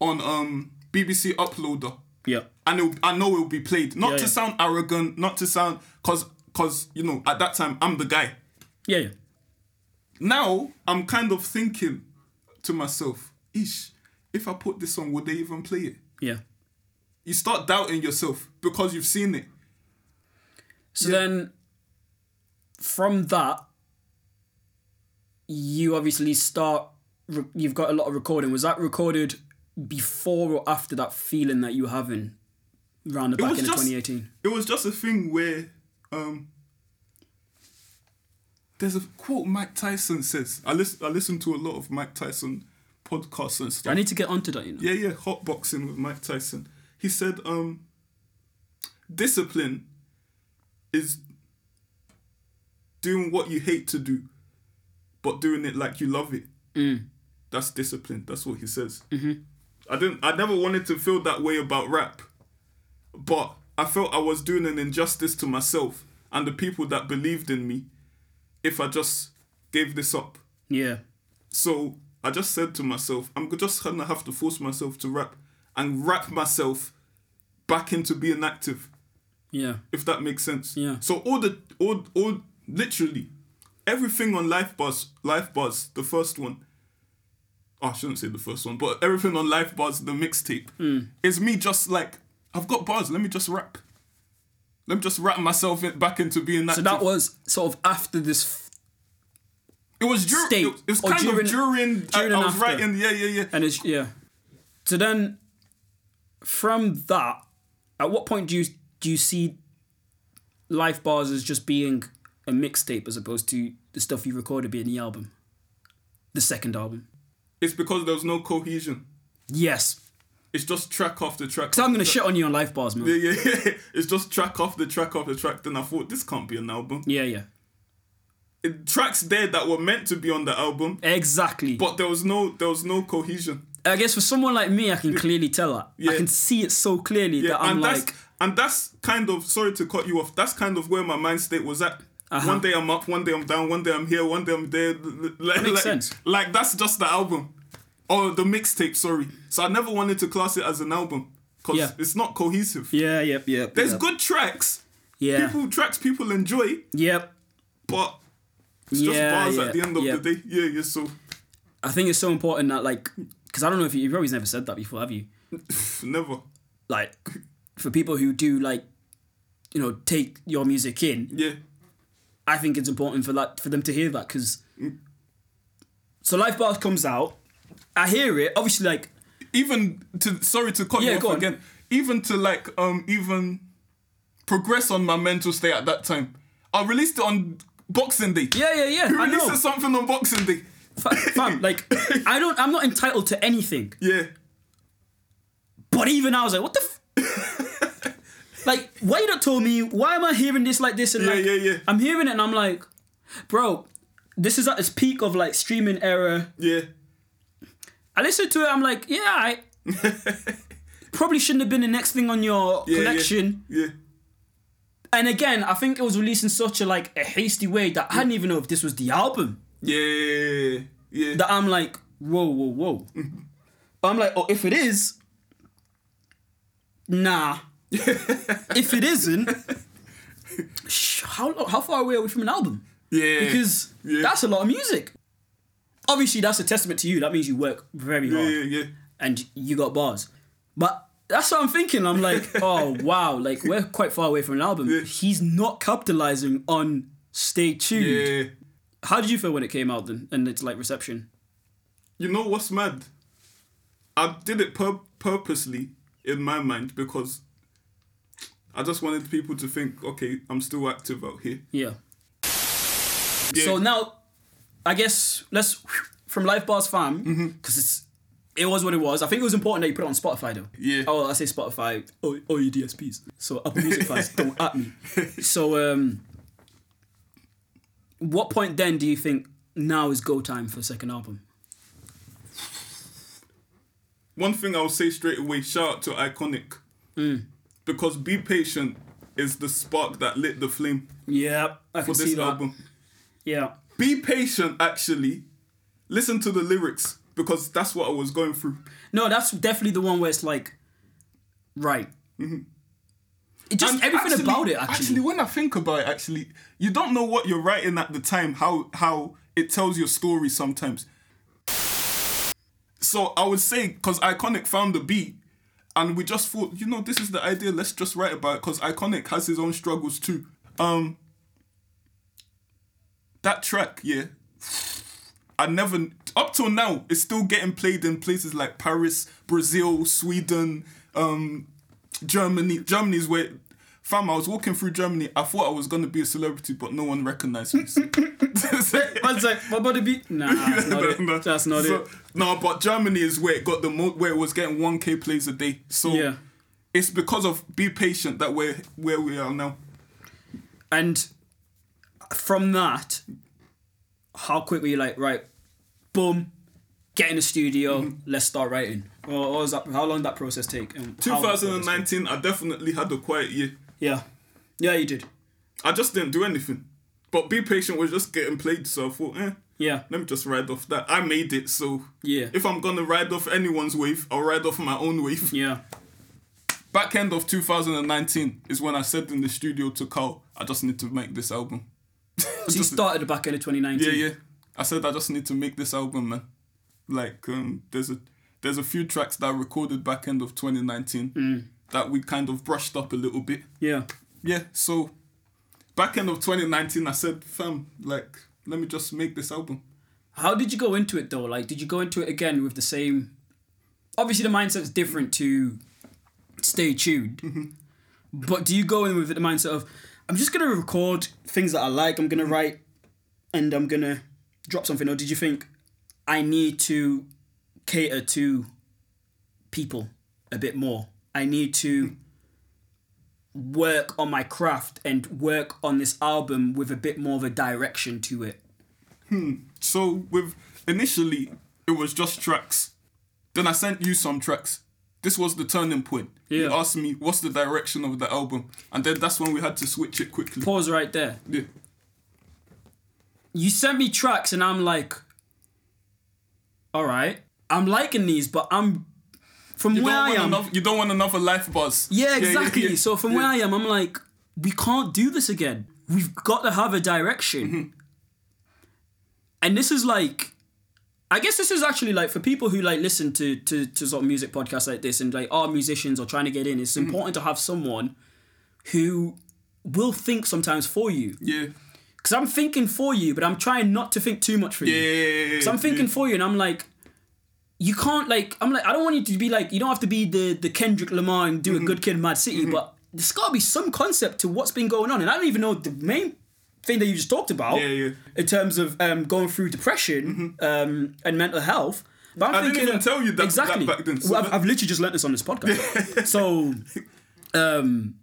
A: on um BBC Uploader,
B: Yeah.
A: and it'll, I know it'll be played. Not
B: Yeah,
A: to
B: yeah.
A: sound arrogant, not to sound cause cause you know at that time I'm the guy.
B: Yeah, yeah.
A: Now I'm kind of thinking to myself, ish, if I put this on, would they even play it?
B: Yeah.
A: You start doubting yourself because you've seen it.
B: So then from that you obviously start re- you've got a lot of recording. Was that recorded before or after that feeling that you were having round the back
A: was
B: end of
A: just-
B: 2018?
A: it was just a thing where um there's a quote Mike Tyson says. I listen I listen to a lot of Mike Tyson podcasts and
B: I
A: stuff.
B: need to get onto that, you know.
A: Yeah, yeah, hot boxing with Mike Tyson. He said um discipline is doing what you hate to do but doing it like you love it. That's discipline. That's what he says. Mm-hmm. I didn't I never wanted to feel that way about rap but I felt I was doing an injustice to myself and the people that believed in me if I just gave this up.
B: Yeah.
A: So I just said to myself, I'm just gonna have to force myself to rap and wrap myself back into being active,
B: Yeah.
A: if that makes sense.
B: Yeah.
A: So all the all all literally everything on Life Buzz Life Buzz, the first one. oh, I shouldn't say the first one, but everything on Life Buzz, the mixtape,
B: Hmm.
A: is me just like, I've got bars, let me just rap. Let me just wrap myself in, back into being
B: So
A: active.
B: that was sort of after this f-
A: it was during,
B: state,
A: it was
B: or
A: kind
B: during-
A: of during,
B: during
A: I,
B: and
A: I was
B: after.
A: writing, yeah, yeah, yeah.
B: And it's yeah. So then, from that, at what point do you do you see Life Bars as just being a mixtape as opposed to the stuff you recorded being the album, the second album.
A: It's because there was no cohesion.
B: Yes,
A: It's just track after track.
B: so I'm gonna
A: after
B: shit on you on Life Bars, man.
A: track. *laughs* Yeah, yeah, yeah. It's just track after track after track. Then I thought this can't be an album.
B: Yeah, yeah,
A: It, tracks there that were meant to be on the album,
B: exactly.
A: but there was no there was no cohesion.
B: I guess for someone like me, I can clearly tell that.
A: Yeah.
B: I can see it so clearly
A: Yeah,
B: that I'm
A: and
B: like,
A: that's and that's kind of sorry to cut you off. That's kind of where my mind state was at.
B: Uh-huh.
A: One day I'm up, one day I'm down, one day I'm here, one day I'm there. Like,
B: makes
A: like,
B: sense.
A: Like that's just the album, or the mixtape. Sorry. So I never wanted to class it as an album because
B: Yeah.
A: it's not cohesive.
B: yeah, yep, yep.
A: There's
B: yep.
A: good tracks.
B: yeah,
A: People tracks people enjoy,
B: yep.
A: but it's just
B: Yeah,
A: bars
B: yeah,
A: at the end of
B: yeah.
A: the day. Yeah, yeah. So
B: I think it's so important that like, because I don't know if you, you've always never said that before, have you?
A: never.
B: Like, for people who do like, you know, take your music in,
A: Yeah,
B: I think it's important for that for them to hear that because. So Life Bars comes out, I hear it. Obviously, like
A: even to sorry to cut
B: Yeah,
A: you off
B: go on.
A: again. Even to like um even progress on my mental state at that time. I released it on Boxing Day.
B: yeah, yeah, yeah.
A: Who
B: I know,
A: releases something on Boxing Day?
B: Fa- fam. Like, I don't. I'm not entitled to anything.
A: Yeah,
B: But even I was like, what the. F-? like, why you not told me? Why am I hearing this like this? And
A: yeah,
B: like,
A: yeah, yeah,
B: I'm hearing it and I'm like, bro, this is at its peak of like streaming era.
A: yeah. *laughs*
B: I listened to it. I'm like, yeah, I probably shouldn't have been the next thing on your
A: yeah,
B: collection.
A: Yeah,
B: And again, I think it was released in such a like a hasty way that I didn't even know if this was the album.
A: yeah, yeah.
B: That I'm like, whoa, whoa, whoa. I'm like, oh, if it is, nah. if it isn't, sh- how lo- how far away are we from an album?
A: *laughs* yeah.
B: because
A: Yeah.
B: that's a lot of music. Obviously, that's a testament to you. That means you work very
A: yeah,
B: hard
A: yeah, yeah.
B: and you got bars. But that's what I'm thinking. I'm
A: *laughs*
B: like, oh wow, like we're quite far away from an album. He's not capitalizing on "Stay Tuned."
A: Yeah.
B: How did you feel when it came out then, and it's like reception?
A: You know what's mad? I did it pur- purposely in my mind because I just wanted people to think, okay, I'm still active out here.
B: Yeah.
A: Yeah.
B: So now, I guess let's from Life Bars Fam
A: Mm-hmm.
B: because it's it was what it was. I think it was important that you put it on Spotify though.
A: Yeah.
B: Oh, I say Spotify. Oh, oh, you DSPs. So Apple Music
A: *laughs*
B: fans don't at me. So um, what point then do you think now is go time for second album?
A: one thing I'll say straight away shout out to Iconic.
B: Hmm.
A: Because Be Patient is the spark that lit the flame
B: Yeah, I
A: for
B: can see
A: this
B: that.
A: album.
B: Yeah.
A: Be Patient, actually, listen to the lyrics because that's what I was going through.
B: No, that's definitely the one where it's like, right. It just everything
A: Mm-hmm. actually-
B: about it
A: Actually, when I think about it, actually, you don't know what you're writing at the time, how how it tells your story sometimes. So I would say, because Iconic found the beat, and we just thought, you know, this is the idea, let's just write about it, because Iconic has his own struggles too. Um That track, yeah. I never up till now, it's still getting played in places like Paris, Brazil, Sweden, um, Germany. Germany's where, fam. I was walking through Germany. I thought I was gonna be a celebrity, but no one recognized me.
B: Man's like, my body beat. Nah, that's not
A: *laughs* No,
B: it. That's not
A: so-
B: it.
A: No, but Germany is where it got the most, where it was getting one k plays a day. So
B: Yeah.
A: it's because of be patient that we're where we are now.
B: And from that, how quick were you like, right, boom, get in the studio,
A: Mm-hmm.
B: let's start writing? Or, or was that, how long did that process take? and how long did that process take?
A: 2019, I definitely had a quiet year.
B: Yeah. Yeah, you did.
A: I just didn't do anything. But be patient was just getting played, so I thought, eh,
B: Yeah.
A: let me just ride off that. I made it, so
B: Yeah.
A: if I'm gonna ride off anyone's wave, I'll ride off my own wave. *laughs*
B: Yeah.
A: Back end of 2019 is when I said in the studio to Carl, I just need to make this album.
B: So
A: *laughs*
B: you started the back end of 2019.
A: Yeah, yeah. I said I just need to make this album, man. Like, um, there's a there's a few tracks that I recorded back end of 2019 that we kind of brushed up a little bit.
B: Yeah.
A: yeah, so back end of 2019, I said, fam, like, let me just make this album.
B: How did you go into it though? Like, did you go into it again with the same? Obviously, the mindset's different to stay tuned. But do you go in with the mindset of, I'm just gonna record things that I like. I'm gonna write and I'm gonna drop something, or did you think I need to cater to people a bit more? I need to work on my craft and work on this album with a bit more of a direction to it.
A: So with initially it was just tracks. Then I sent you some tracks. This was the turning point. You
B: Yeah.
A: asked me what's the direction of the album, and then that's when we had to switch it quickly.
B: Pause right there.
A: Yeah.
B: You sent me tracks, and I'm like, all right, I'm liking these, but I'm from
A: You
B: where
A: don't,
B: I
A: want
B: am.
A: another, you don't want another life buzz.
B: Yeah, exactly.
A: yeah.
B: So from where I am, I'm like, we can't do this again. We've got to have a direction.
A: Mm-hmm.
B: And this is like, I guess this is actually like for people who like listen to to to sort of music podcasts like this and like are musicians or trying to get in. It's
A: Mm-hmm.
B: important to have someone who will think sometimes for you
A: yeah,
B: because I'm thinking for you, but I'm trying not to think too much for you.
A: yeah.
B: So I'm thinking
A: yeah.
B: for you, and I'm like, you can't like. I'm like, I don't want you to be like. You don't have to be the the Kendrick Lamar and
A: Mm-hmm.
B: do a good kid, Mad City, but there's got to be some concept to what's been going on, and I don't even know the main thing that you just talked about
A: Yeah, yeah. Mm-hmm.
B: in terms of um, going through depression um, and mental health. But I'm
A: I didn't
B: thinking,
A: even tell you that- that
B: exactly.
A: back then, so
B: Well, I've,
A: that-
B: I've literally just learnt this on
A: *laughs*
B: this podcast. so, um,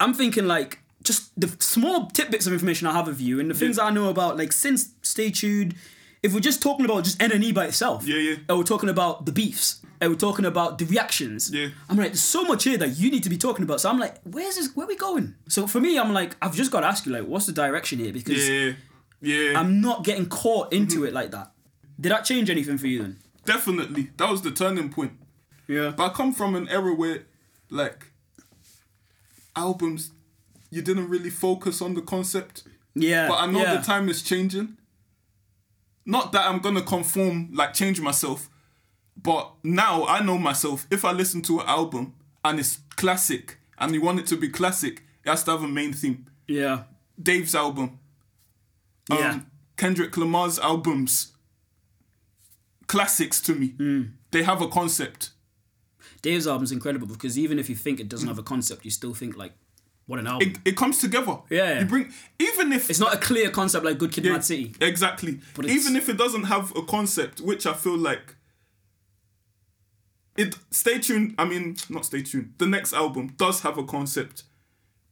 B: I'm thinking like just the small tidbits of information I have of you and the things I know about like since Stay Tuned. If we're just talking about just NNE by itself,
A: Yeah, yeah.
B: and we're talking about the beefs, and we're talking about the reactions,
A: Yeah.
B: I'm like, there's so much here that you need to be talking about. So I'm like, where's this? Where we going? So for me, I'm like, I've just got to ask you, like, what's the direction here? Because
A: Yeah, Mm-hmm. yeah.
B: I'm not getting caught into it like that. Did that change anything for you then?
A: Definitely, that was the turning point.
B: Yeah.
A: But I come from an era where, like, albums, you didn't really focus on the concept.
B: Yeah.
A: But I know
B: yeah.
A: the time is changing. Not that I'm gonna conform, like, change myself. But now I know myself. If I listen to an album and it's classic, and you want it to be classic, it has to have a main theme.
B: Yeah.
A: Dave's album. Um,
B: Yeah.
A: Kendrick Lamar's albums. Classics to me.
B: Mm.
A: They have a concept.
B: Dave's album's incredible because even if you think it
A: Mm.
B: doesn't have a concept, you still think like, what an album.
A: It, it comes together.
B: Yeah.
A: You bring even if
B: it's not a clear concept like Good Kid, Mad City.
A: Exactly.
B: it's-
A: Even if it doesn't have a concept, which I feel like it stay tuned, I mean not stay tuned. The next album does have a concept.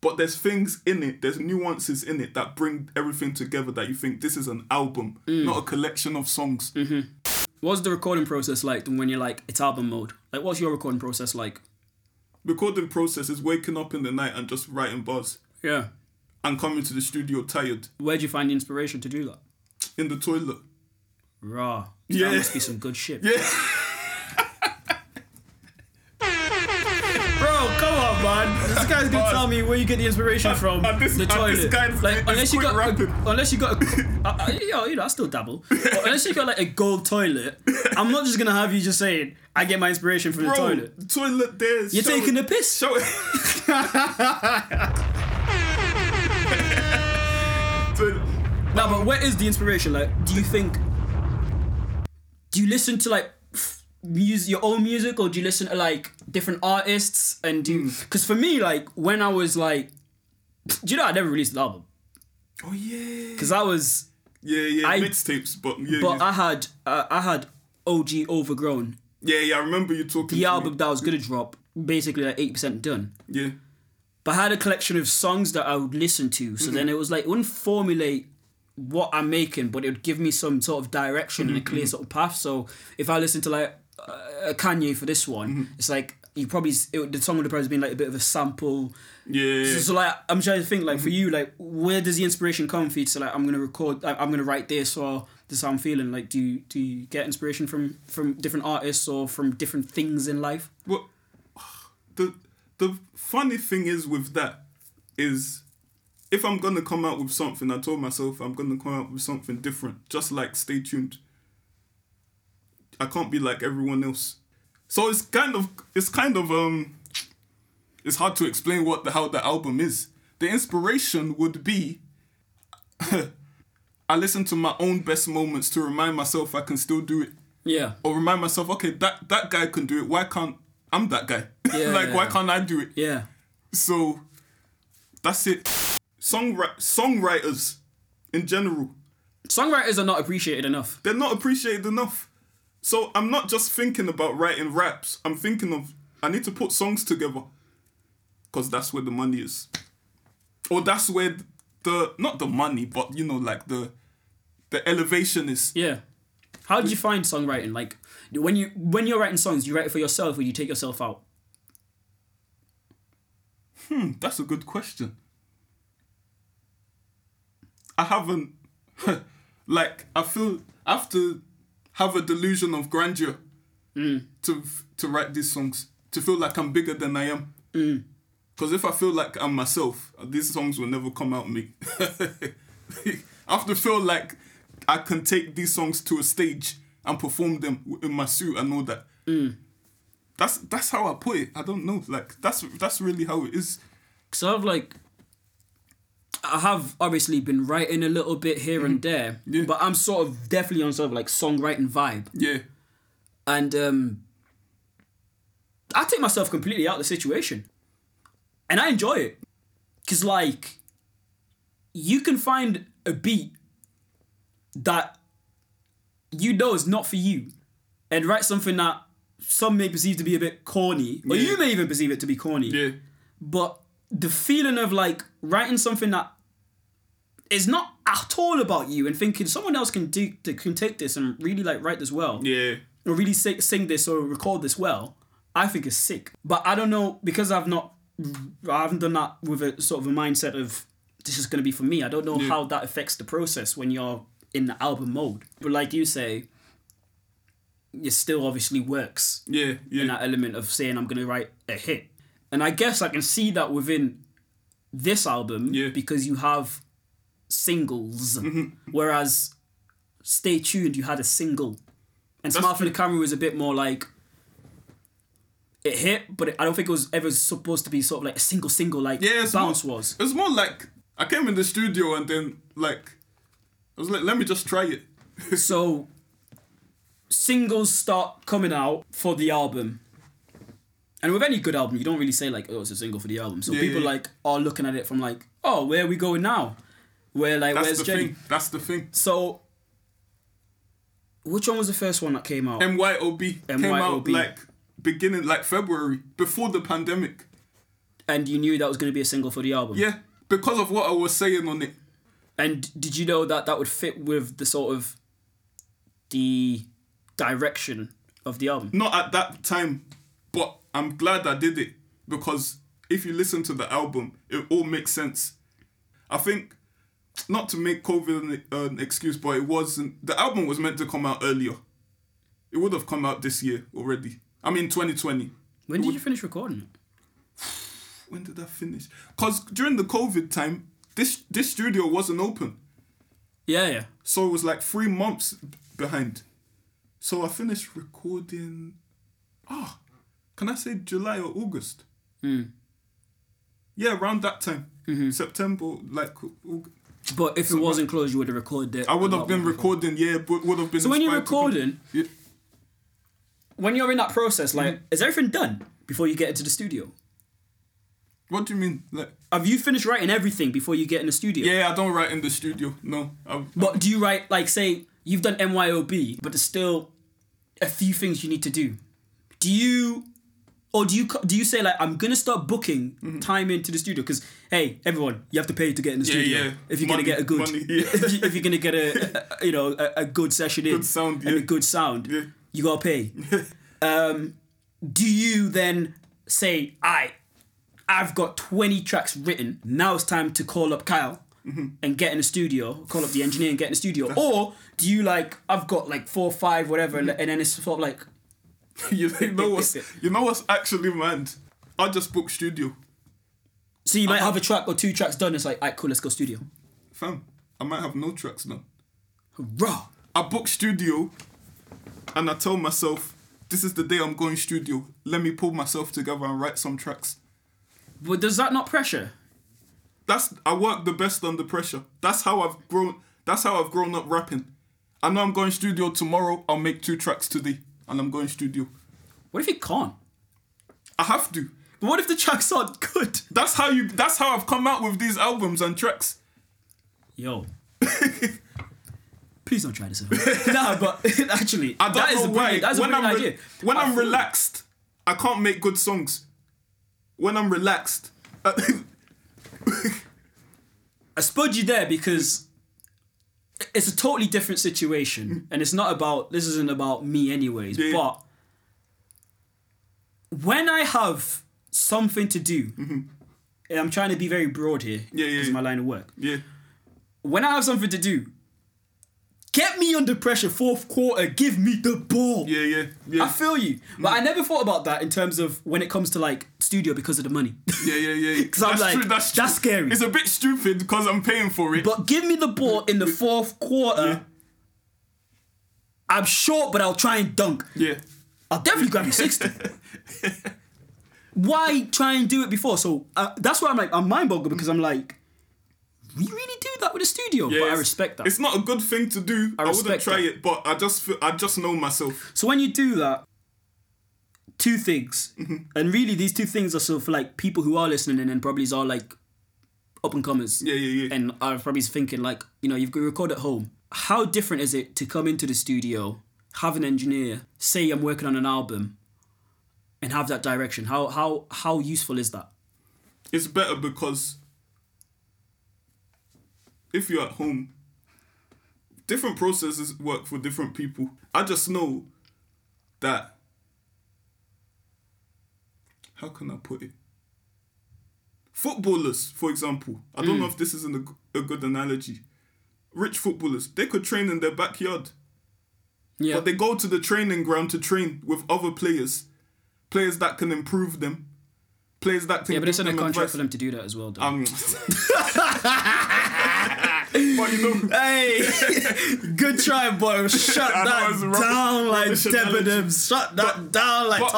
A: But there's things in it, there's nuances in it that bring everything together that you think this is an album,
B: Mm.
A: not a collection of songs.
B: Mm-hmm. What's the recording process like when you're like it's album mode? Like, what's your recording process like?
A: Recording process is waking up in the night and just writing bars
B: Yeah.
A: and coming to the studio tired
B: Where do you find the inspiration to do that?
A: in the toilet.
B: Raw.
A: Yeah.
B: That must be some good shit.
A: Yeah.
B: Bro, come on, man. This guy's gonna tell me where you get the inspiration from.
A: and this-
B: the
A: and
B: toilet.
A: this guy's-
B: like,
A: it's
B: unless you
A: quick
B: got,
A: rapping.
B: a, unless you got,
A: *laughs*
B: a, uh, uh, you know, you know, I still dabble. But unless you got like a gold toilet, I'm not just gonna have you just saying I get my inspiration from the
A: Bro,
B: toilet.
A: toilet. there's
B: You're taking a piss.
A: Show it. Dude,
B: No, but where is the inspiration? Like, do you think? Do you listen to like music, your own music, or do you listen to like different artists? And do because for me, like when I was like, do you know I never released an album
A: oh yeah.
B: because I was,
A: Yeah, yeah.
B: I-
A: mixtapes, but yeah,
B: but
A: yeah.
B: I had uh, I had OG Overgrown,
A: yeah, yeah. I remember you talking.
B: the
A: to me.
B: album that I was gonna drop, basically like eight percent done.
A: Yeah,
B: but I had a collection of songs that I would listen to. So then it was like it wouldn't formulate what I'm making, but it would give me some sort of direction and a clear sort of path. So if I listen to like uh, Kanye for this one, it's like you probably s- it, would- the song would have probably been like a bit of a sample.
A: yeah.
B: So, so, like I'm trying to think like for you like where does the inspiration come for you? So like I'm gonna record, I, I'm gonna write this or this is how I'm feeling. Like do you, do you get inspiration from from different artists or from different things in life?
A: Well, *sighs* the the funny thing is with that is if I'm gonna come out with something, I told myself I'm gonna come out with something different. Just like stay tuned. I can't be like everyone else. So it's kind of it's kind of um it's hard to explain what the how the album is. The inspiration would be *laughs* I listen to my own best moments to remind myself I can still do it
B: Yeah.
A: or remind myself, okay, that that guy can do it. Why can't I'm that guy? *laughs*
B: Yeah.
A: like, why can't I do it?
B: Yeah.
A: So that's it. Songwri- songwriters in general.
B: Songwriters are not appreciated enough.
A: They're not appreciated enough. So I'm not just thinking about writing raps. I'm thinking of I need to put songs together. Cause that's where the money is. Or that's where the not the money, but you know, like the the elevation is.
B: Yeah. How do you find songwriting? Like when you when you're writing songs, you write it for yourself or you take yourself out?
A: Hmm, that's a good question. I haven't *laughs* like I feel I have to have a delusion of grandeur to f- to write these songs to feel like I'm bigger than I am. Because if I feel like I'm myself, these songs will never come out me. *laughs* I have to feel like I can take these songs to a stage and perform them w- in my suit and all that. That's that's how I put it. I don't know. Like that's that's really how it is.
B: Cause I've like I have obviously been writing a little bit here and there,
A: Yeah.
B: but I'm sort of definitely on sort of like songwriting vibe.
A: Yeah.
B: and um, I take myself completely out of the situation, and I enjoy it, cause like, you can find a beat that you know is not for you, and write something that some may perceive to be a bit corny, or
A: Yeah.
B: you may even perceive it to be corny.
A: Yeah.
B: But the feeling of like writing something that is not at all about you, and thinking someone else can do can take this and really like write this well
A: Yeah.
B: or really sing, sing this or record this well, I think is sick. But I don't know because I've not, I haven't done that with a sort of a mindset of this is going to be for me. I don't know how that affects the process when you're in the album mode. But like you say, it still obviously works
A: Yeah. Yeah.
B: in that element of saying I'm going to write a hit. And I guess I can see that within this album
A: Yeah.
B: because you have singles,
A: Mm-hmm.
B: whereas Stay Tuned, you had a single. And Smile for the Camera was a bit more like it hit, but it, I don't think it was ever supposed to be sort of like a single single like
A: Yeah, it's
B: Bounce
A: more,
B: was.
A: It's more like I came in the studio and then like I was like, let me just try it.
B: So singles start coming out for the album. And with any good album, you don't really say like, oh, it's a single for the album. So
A: Yeah,
B: people
A: yeah, yeah.
B: like are looking at it from like, oh, where are we going now? Where like
A: That's
B: where's
A: the
B: Jenny?
A: thing. That's the thing.
B: So which one was the first one that came out?
A: MYOB came out
B: MYOB.
A: like beginning like February before the pandemic.
B: and you knew that was going to be a single for the album.
A: Yeah, because of what I was saying on it.
B: And did you know that that would fit with the sort of the direction of the album?
A: Not at that time, but I'm glad I did it because if you listen to the album, it all makes sense. I think not to make COVID an, an excuse, but it wasn't. The album was meant to come out earlier. It would have come out this year already. I mean, 2020.
B: When did you finish recording it?
A: When did I finish? Cause during the COVID time, this this studio wasn't open,
B: Yeah, yeah.
A: so it was like three months b- behind. So I finished recording. Ah, can I say July or August?
B: Hmm.
A: Yeah, around that time,
B: Mm-hmm.
A: September, like Aug-
B: But if it wasn't closed, you would have recorded it.
A: I would have been recording. Yeah, but would have been.
B: So when you're
A: inspired to come-
B: recording,
A: Yeah.
B: when you're in that process, like,
A: Mm-hmm.
B: is everything done before you get into the studio?
A: What do you mean? Like,
B: Have you finished writing everything before you get in the studio?
A: yeah, I don't write in the studio. No, I've,
B: But do you write like say you've done MYOB, but there's still a few things you need to do. Do you or do you co- do you say like I'm gonna start booking time into the studio because hey everyone you have to pay to get in the studio
A: Mm-hmm. yeah.
B: if you're
A: Money,
B: gonna get a good
A: money, yeah.
B: if, you, are gonna get a, a- you know a, a good session in
A: Good sound,
B: and a
A: yeah.
B: good sound
A: Yeah.
B: you
A: *laughs*
B: gotta pay. um, do you then say I I've got 20 tracks written. Now it's time to call up Kyle
A: Mm-hmm.
B: and get in the studio, call up the engineer and get in the studio. or do you like, I've got like four or five, whatever,
A: Mm-hmm.
B: and- and then it's sort of like,
A: *laughs* you know
B: *laughs*
A: what's you know what's actually mad. I just book studio.
B: so you might have a track or two tracks done. It's like, all right, cool, let's go studio.
A: Fam, I might have no tracks now.
B: Hurrah!
A: I book studio and I tell myself, this is the day I'm going studio. Let me pull myself together and write some tracks.
B: But does that not pressure?
A: That's I work the best under pressure. That's how I've grown that's how I've grown up rapping. I know I'm going studio tomorrow, I'll make two tracks today, and I'm going studio.
B: What if it can't?
A: I have to.
B: But what if the tracks aren't good?
A: That's how you that's how I've come out with these albums and tracks.
B: Yo, *coughs* Please don't try this at home. *laughs* nah, but actually,
A: I don't
B: that is
A: know
B: a
A: why.
B: brilliant, that is a
A: when
B: brilliant
A: I'm re-
B: idea.
A: when
B: I
A: I'm
B: thought-
A: relaxed, I can't make good songs. When I'm relaxed, *laughs*
B: I spud you there because it's a totally different situation, and it's not about this isn't about me anyways.
A: Yeah.
B: But when I have something to do, and I'm trying to be very broad here.
A: Mm-hmm. Yeah, yeah,
B: Is
A: yeah.
B: my line of work.
A: yeah,
B: When I have something to do, get me under pressure. Fourth quarter, give me the ball.
A: yeah, yeah, yeah,
B: I feel you, but I never thought about that in terms of when it comes to like studio because of the money. *laughs*
A: yeah, yeah, yeah. Because
B: I'm like, that's scary.
A: It's a bit stupid because I'm paying for it.
B: But give me the ball in the fourth quarter. I'm short, but I'll try and dunk.
A: yeah,
B: I'll definitely grab a 60. Why try and do it before? So uh, that's why I'm like, I'm mind boggled because I'm like, we really do that with a studio.
A: yeah,
B: but I
A: it's-
B: respect that.
A: It's not a good thing to do. I, wouldn't
B: respect
A: try
B: that.
A: it, but I just feel, I just know myself.
B: So when you do that, two things,
A: Mm-hmm.
B: and really these two things are sort of like people who are listening and then probably are like up and comers.
A: Yeah, yeah, yeah.
B: and I probably was thinking like, you know, you've record at home. How different is it to come into the studio, have an engineer, say I'm working on an album, and have that direction? How how how useful is that?
A: It's better because if you're at home, different processes work for different people. I just know that. How can I put it? Footballers, for example, I
B: Mm.
A: don't know if this isn't a g- a, good analogy. Rich footballers, they could train in their backyard,
B: Yeah.
A: but they go to the training ground to train with other players, players that can improve them, players that can.
B: yeah, but it's
A: give
B: in a
A: them
B: contract
A: advice.
B: for them to do that as well. Though.
A: Um, *laughs* but you know,
B: *laughs* hey, *laughs* good
A: *laughs*
B: try, boy. Shut
A: I know that it's rubbish- down like rubbish analogy. Debenhams.
B: Shut that down like
A: but-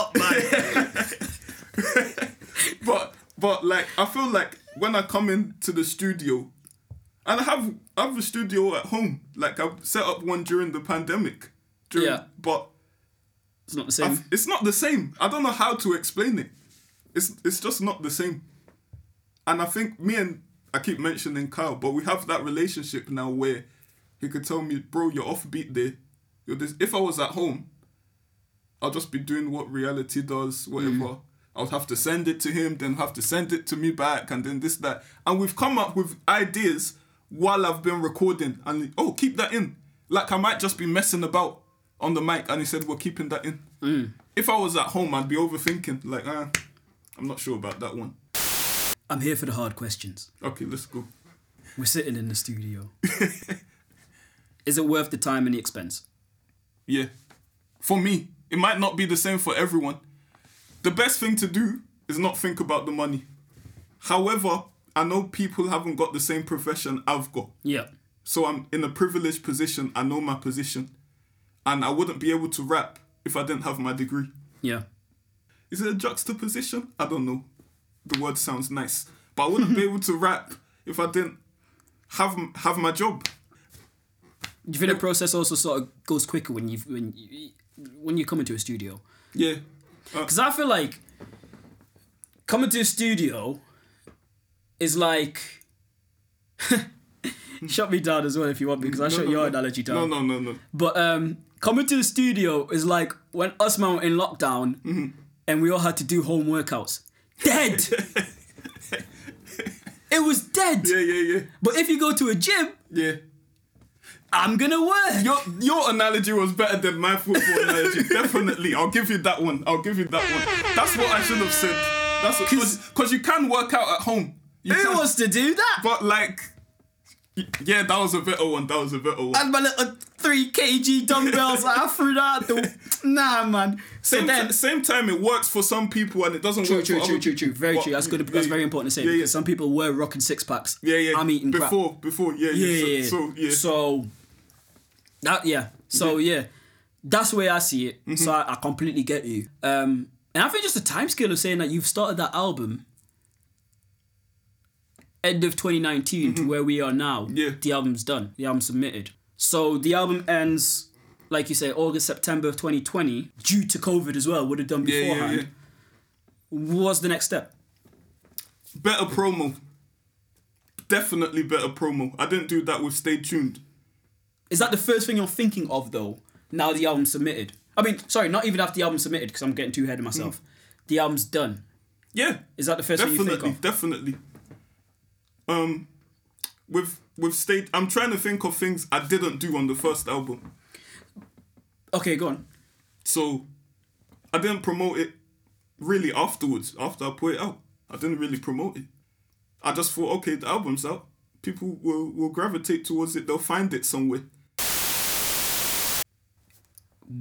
A: Top *laughs* but but like I feel like when I come into the studio, and I have I have a studio at home. Like I set up one during the pandemic. During,
B: Yeah.
A: But
B: It's not the
A: I
B: same.
A: f- it's not the same. I don't know how to explain it. It's it's just not the same. And I think me and I keep mentioning Kyle, but we have that relationship now where he could tell me, bro, you're offbeat there. You're this. If I was at home, I'll just be doing what reality does, whatever. I would have to send it to him, then have to send it to me back, and then this that. And we've come up with ideas while I've been recording, and oh, keep that in. Like I might just be messing about on the mic, and he said we're keeping that in. If I was at home, I'd be overthinking. Like, uh, I'm not sure about that one.
B: I'm here for the hard questions.
A: Okay, let's go.
B: We're sitting in the
A: *laughs*
B: studio. is it worth the time and the expense?
A: Yeah. For me, it might not be the same for everyone. The best thing to do is not think about the money. However, I know people haven't got the same profession I've got.
B: Yeah.
A: So I'm in a privileged position. I know my position. And I wouldn't be able to rap if I didn't have my degree.
B: Yeah.
A: Is it a juxtaposition? I don't know. The word sounds nice. But I wouldn't be able to rap if I didn't have have my job.
B: Do you think the process also sort of goes quicker when you when you, when you come into a studio?
A: Yeah. Uh,
B: Because I feel like coming to a studio is like. *laughs* Shut me down as well if you want because I shut
A: no,
B: your
A: no.
B: analogy down.
A: no, no, no, no.
B: But um, coming to the studio is like when us man were in lockdown
A: Mm-hmm.
B: and we all had to do home workouts.
A: *laughs*
B: Dead. it was dead.
A: Yeah, yeah, yeah.
B: But if you go to a gym,
A: Yeah.
B: I'm gonna work.
A: Your, your analogy was better than my football analogy.
B: *laughs*
A: Definitely. I'll give you that one. I'll give you that one. That's what I should have said. That's because cause you can work out at home. You
B: Who
A: can,
B: wants to do that?
A: But like, y- yeah, that was a better one. That was a better one.
B: had my little three kg dumbbells. like, I threw that out the nah, man. So
A: same,
B: then,
A: ti- same time, it works for some people and it doesn't
B: true,
A: work
B: true,
A: for
B: true,
A: other
B: true, true.
A: people.
B: Very
A: But-
B: true. That's good.
A: yeah,
B: That's
A: yeah,
B: very important to say
A: yeah, yeah.
B: because some people were rocking six packs.
A: Yeah, yeah.
B: I'm eating crap.
A: before, before. Yeah, yeah.
B: Yeah,
A: so,
B: yeah,
A: so
B: yeah.
A: yeah.
B: So that yeah. So yeah, that's the way I see it.
A: Mm-hmm.
B: So I, I completely get you. Um, and I think just the time scale of saying that you've started that album end of 2019 to where we are now.
A: Mm-hmm. Yeah.
B: The album's done. The album's submitted. So the album ends, like you say, August September of 2020, due to COVID as well. Would have done
A: yeah,
B: beforehand.
A: yeah, yeah.
B: What's the next step?
A: Better promo. Definitely better promo. I didn't do that with Stay Tuned.
B: Is that the first thing you're thinking of though? Now the album's submitted. I mean, sorry, not even after the album's submitted because I'm getting too ahead of myself. The album's done.
A: Yeah.
B: Is that the first thing you
A: definitely,
B: think of?
A: definitely. Um, with with Stay, I'm trying to think of things I didn't do on the first album.
B: Okay, go on.
A: So I didn't promote it really afterwards, after I put it out. I didn't really promote it. I just thought, okay, the album's out. People will, will gravitate towards it, they'll find it somewhere.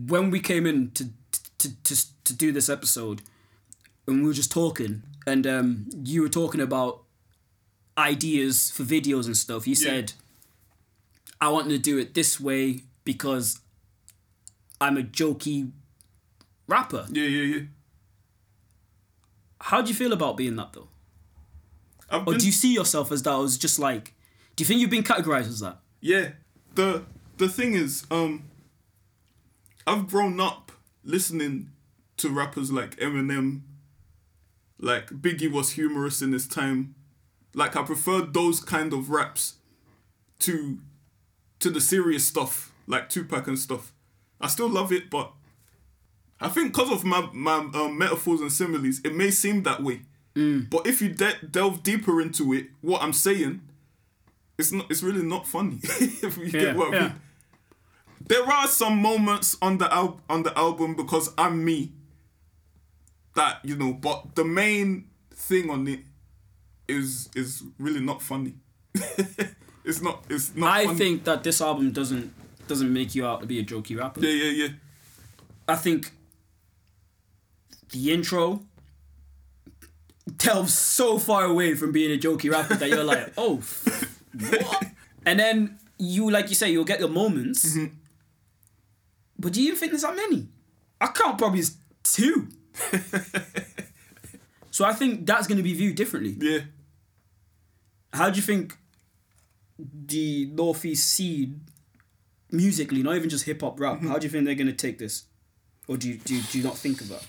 B: When we came in to to to, to do this episode, and we were just talking, and um, you were talking about ideas for videos and stuff. You said, "I want to do it this way because I'm a jokey rapper."
A: Yeah, yeah, yeah.
B: How do you feel about being that though?
A: I've
B: Or
A: been-
B: Oh, do you see yourself as that? Or is it just like, do you think you've been categorized as that?
A: yeah the the thing is um i've grown up listening to rappers like eminem like biggie was humorous in his time like i prefer those kind of raps to to the serious stuff like tupac and stuff i still love it but i think because of my my um, metaphors and similes it may seem that way
C: Mm.
A: but if you de- delve deeper into it what i'm saying it's not it's really not funny *laughs* if you get what I
C: yeah.
A: mean. There are some moments on the al- on the album because I'm me that you know, but the main thing on it is is really not funny. *laughs* it's not it's not
B: I
A: funny.
B: think that this album doesn't doesn't make you out to be a jokey rapper.
A: Yeah, yeah, yeah.
B: I think the intro delves so far away from being a jokey rapper that you're like, oh, f- what? And then you, like you say, you'll get your moments. But do you think there's that many? I count probably as two. so I think that's going to be viewed differently.
A: *laughs* Yeah.
B: How do you think the Northeast scene, musically, not even just hip hop rap, how do you think they're going to take this? Or do you, do, you, do you not think of that?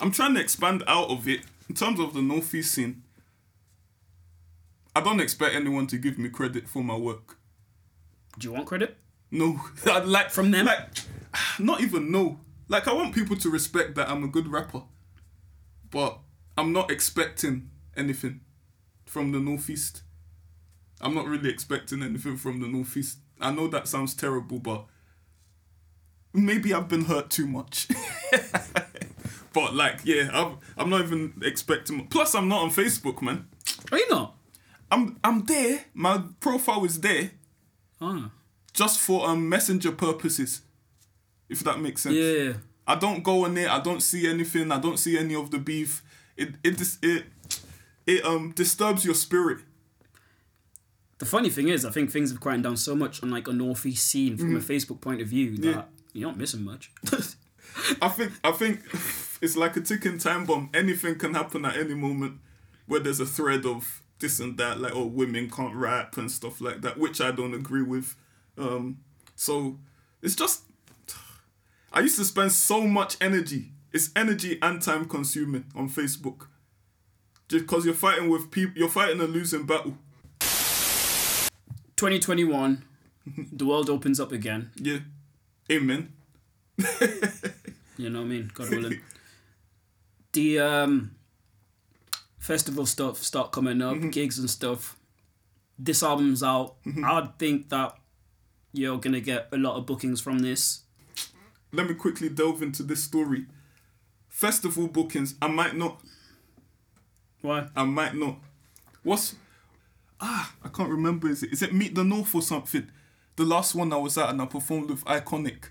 A: I'm trying to expand out of it in terms of the northeast scene. I don't expect anyone to give me credit for my work.
B: Do you want credit?
A: No, *laughs* I'd like
B: From them?
A: Like, *sighs* not even no. Like, I want people to respect that I'm a good rapper, but I'm not expecting anything from the northeast. I'm not really expecting anything from the northeast. I know that sounds terrible, but maybe I've been hurt too much. *laughs* but like, yeah, I'm I'm not even expecting. Plus, I'm not on Facebook, man.
B: Are you not?
A: I'm I'm there. My profile is there
B: Ah.
A: just for um messenger purposes, if that makes sense.
B: Yeah.
A: I don't go on it. I don't see anything. I don't see any of the beef. It it dis- it it um disturbs your spirit.
B: The funny thing is, I think things have quieted down so much on like a northeast scene from a Facebook point of view that you're not missing much. *laughs*
A: I think I think *laughs* it's like a ticking time bomb. Anything can happen at any moment where there's a thread of this and that, like oh women can't rap and stuff like that, which I don't agree with. Um, so it's just I used to spend so much energy. It's energy and time consuming on Facebook. Just because you're fighting with people, you're fighting a losing battle.
B: 2021, the world opens up again.
A: Yeah, amen.
B: You know what I mean?
A: *laughs*
B: God willing. the um, festival stuff start coming up,
A: Mm-hmm.
B: gigs and stuff. This album's out. I'd think that you're gonna get a lot of bookings from this.
A: let me quickly delve into this story. Festival bookings, I might not
B: Why?
A: I might not. What's ah? I can't remember. Is it is it Meet the North or something? The last one I was at and I performed with Iconic.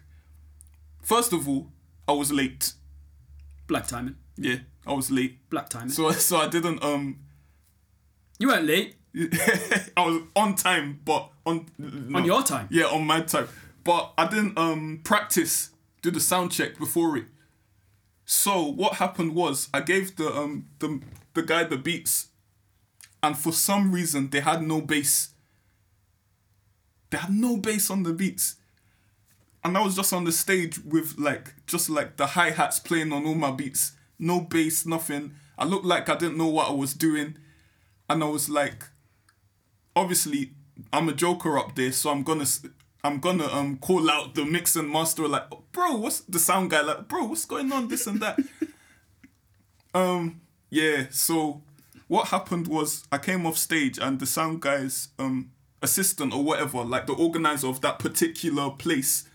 A: First of all, I was late.
B: Black timing.
A: Yeah, I was late.
B: Black timing.
A: So *laughs* so I didn't um. *laughs*
B: you weren't late
A: I was on time, but on no.
B: on your time.
A: Yeah, on my time. But I didn't um practice do the sound check before it. So what happened was I gave the um the the guy the beats, and for some reason they had no bass. They had no bass on the beats. And I was just on the stage with like just like the hi hats playing on all my beats, no bass, nothing. I looked like I didn't know what I was doing. and I was like, obviously I'm a joker up there, so I'm gonna s- I'm gonna um call out the mix and master like, bro, what's the sound guy like, bro, what's going on, this and that. um, yeah. So what happened was I came off stage and the sound guy's um assistant or whatever, like the organizer of that particular place,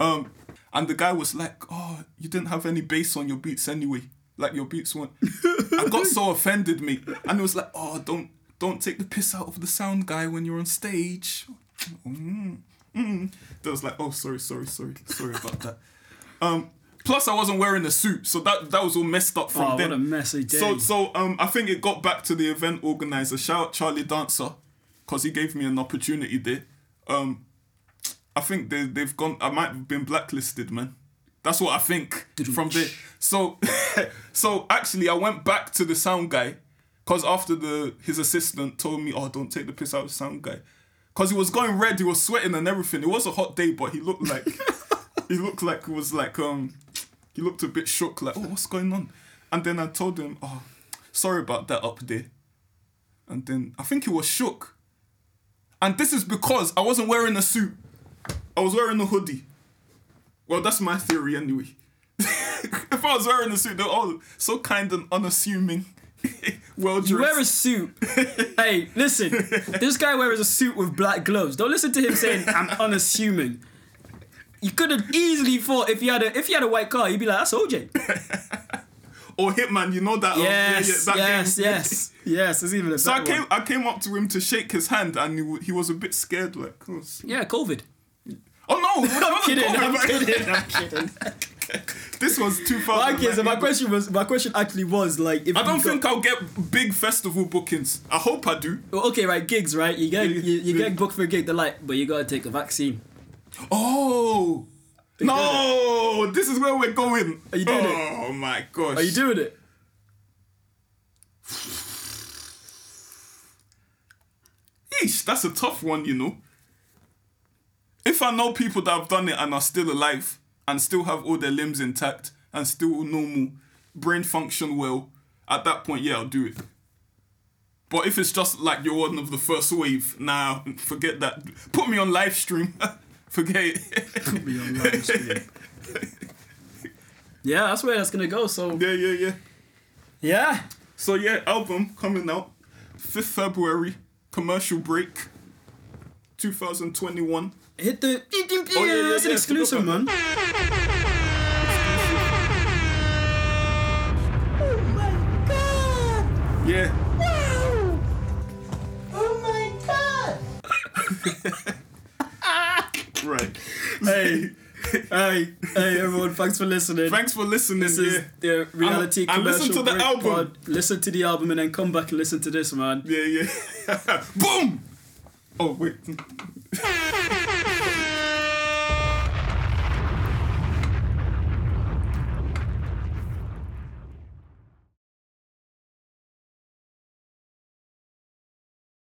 A: um, and the guy was like, oh, you didn't have any bass on your beats anyway. Like your beats
B: *laughs*
A: weren't. I got so offended, me, and it was like, oh, don't don't take the piss out of the sound guy when you're on stage. Mm, mm. That was like, oh, sorry, sorry, sorry, sorry about
B: *laughs*
A: that. Um, plus, I wasn't wearing a suit, so that that was all messed up from
B: Oh,
A: then.
B: what a messy day.
A: So so um, I think it got back to the event organizer. Shout out Charlie Dancer, cause he gave me an opportunity there. Um, I think they they've gone. I might have been blacklisted, man. That's what I think from there. So *laughs* so actually, I went back to the sound guy, cause after the his assistant told me, oh, don't take the piss out of the sound guy, cause he was going red, he was sweating and everything. It was a hot day, but he looked like he looked like he was like um he looked a bit shook, like, oh, what's going on? And then I told him, oh, sorry about that up there. And then I think he was shook. And this is because I wasn't wearing a suit. I was wearing a hoodie. Well, that's my theory anyway. *laughs* if I was wearing a suit, they're all so kind and unassuming. *laughs* well dressed.
B: You wear a suit. hey, listen. This guy wears a suit with black gloves. Don't listen to him saying
A: *laughs*
B: I'm unassuming. You could have easily thought if you had a if you had a white car, you'd be like, that's OJ.
A: *laughs* or Hitman, you know that. um,
B: Yes,
A: that
B: yes,
A: game.
B: yes, yes. It's even a
A: So I
B: better
A: came,
B: one.
A: I came up to him to shake his hand, and he, w- he was a bit scared, like, oh, s- *laughs*
B: Yeah, COVID.
A: oh no, it wasn't
B: *laughs* I'm kidding.
A: COVID,
B: I'm
A: man.
B: kidding. I'm *laughs* kidding.
A: *laughs* This was 2000.
B: Okay, so my question was my question actually was like if
A: I don't
B: you
A: think
B: got-
A: I'll get big festival bookings. I hope I do.
B: Well, okay right gigs right you get you, you
A: Yeah.
B: get booked for a gig they're like but you gotta take a vaccine.
A: Oh. No, this is where we're going.
B: Are you doing
A: oh,
B: it?
A: my gosh.
B: Are you
A: *laughs*
B: doing it?
A: Yeesh, that's a tough one, you know. If I know people that have done it and are still alive and still have all their limbs intact and still normal, brain function well, at that point, yeah, I'll do it. But if it's just like you're one of the first wave, nah, *laughs* forget that. Put me on live stream. *laughs* forget it.
B: *laughs*
A: *laughs*
B: yeah, that's where that's gonna go. So
A: yeah, yeah, yeah.
B: yeah,
A: So yeah, album coming out 5th February, commercial break 2021.
B: hit the.
A: Oh, yeah, yeah,
B: that's
A: yeah,
B: an
A: *laughs*
B: exclusive,
A: forgot about
B: man.
D: Oh my god!
A: Yeah.
D: Wow! Oh my god!
A: Right.
B: hey, hey, hey, everyone! Thanks for listening.
A: Thanks for listening.
B: This is
A: yeah.
B: the reality
A: And- and
B: commercial.
A: listen to the
B: break
A: album.
B: Listen to the album and then come back and listen to this, man.
A: *laughs* Yeah, yeah. Boom! Oh, wait.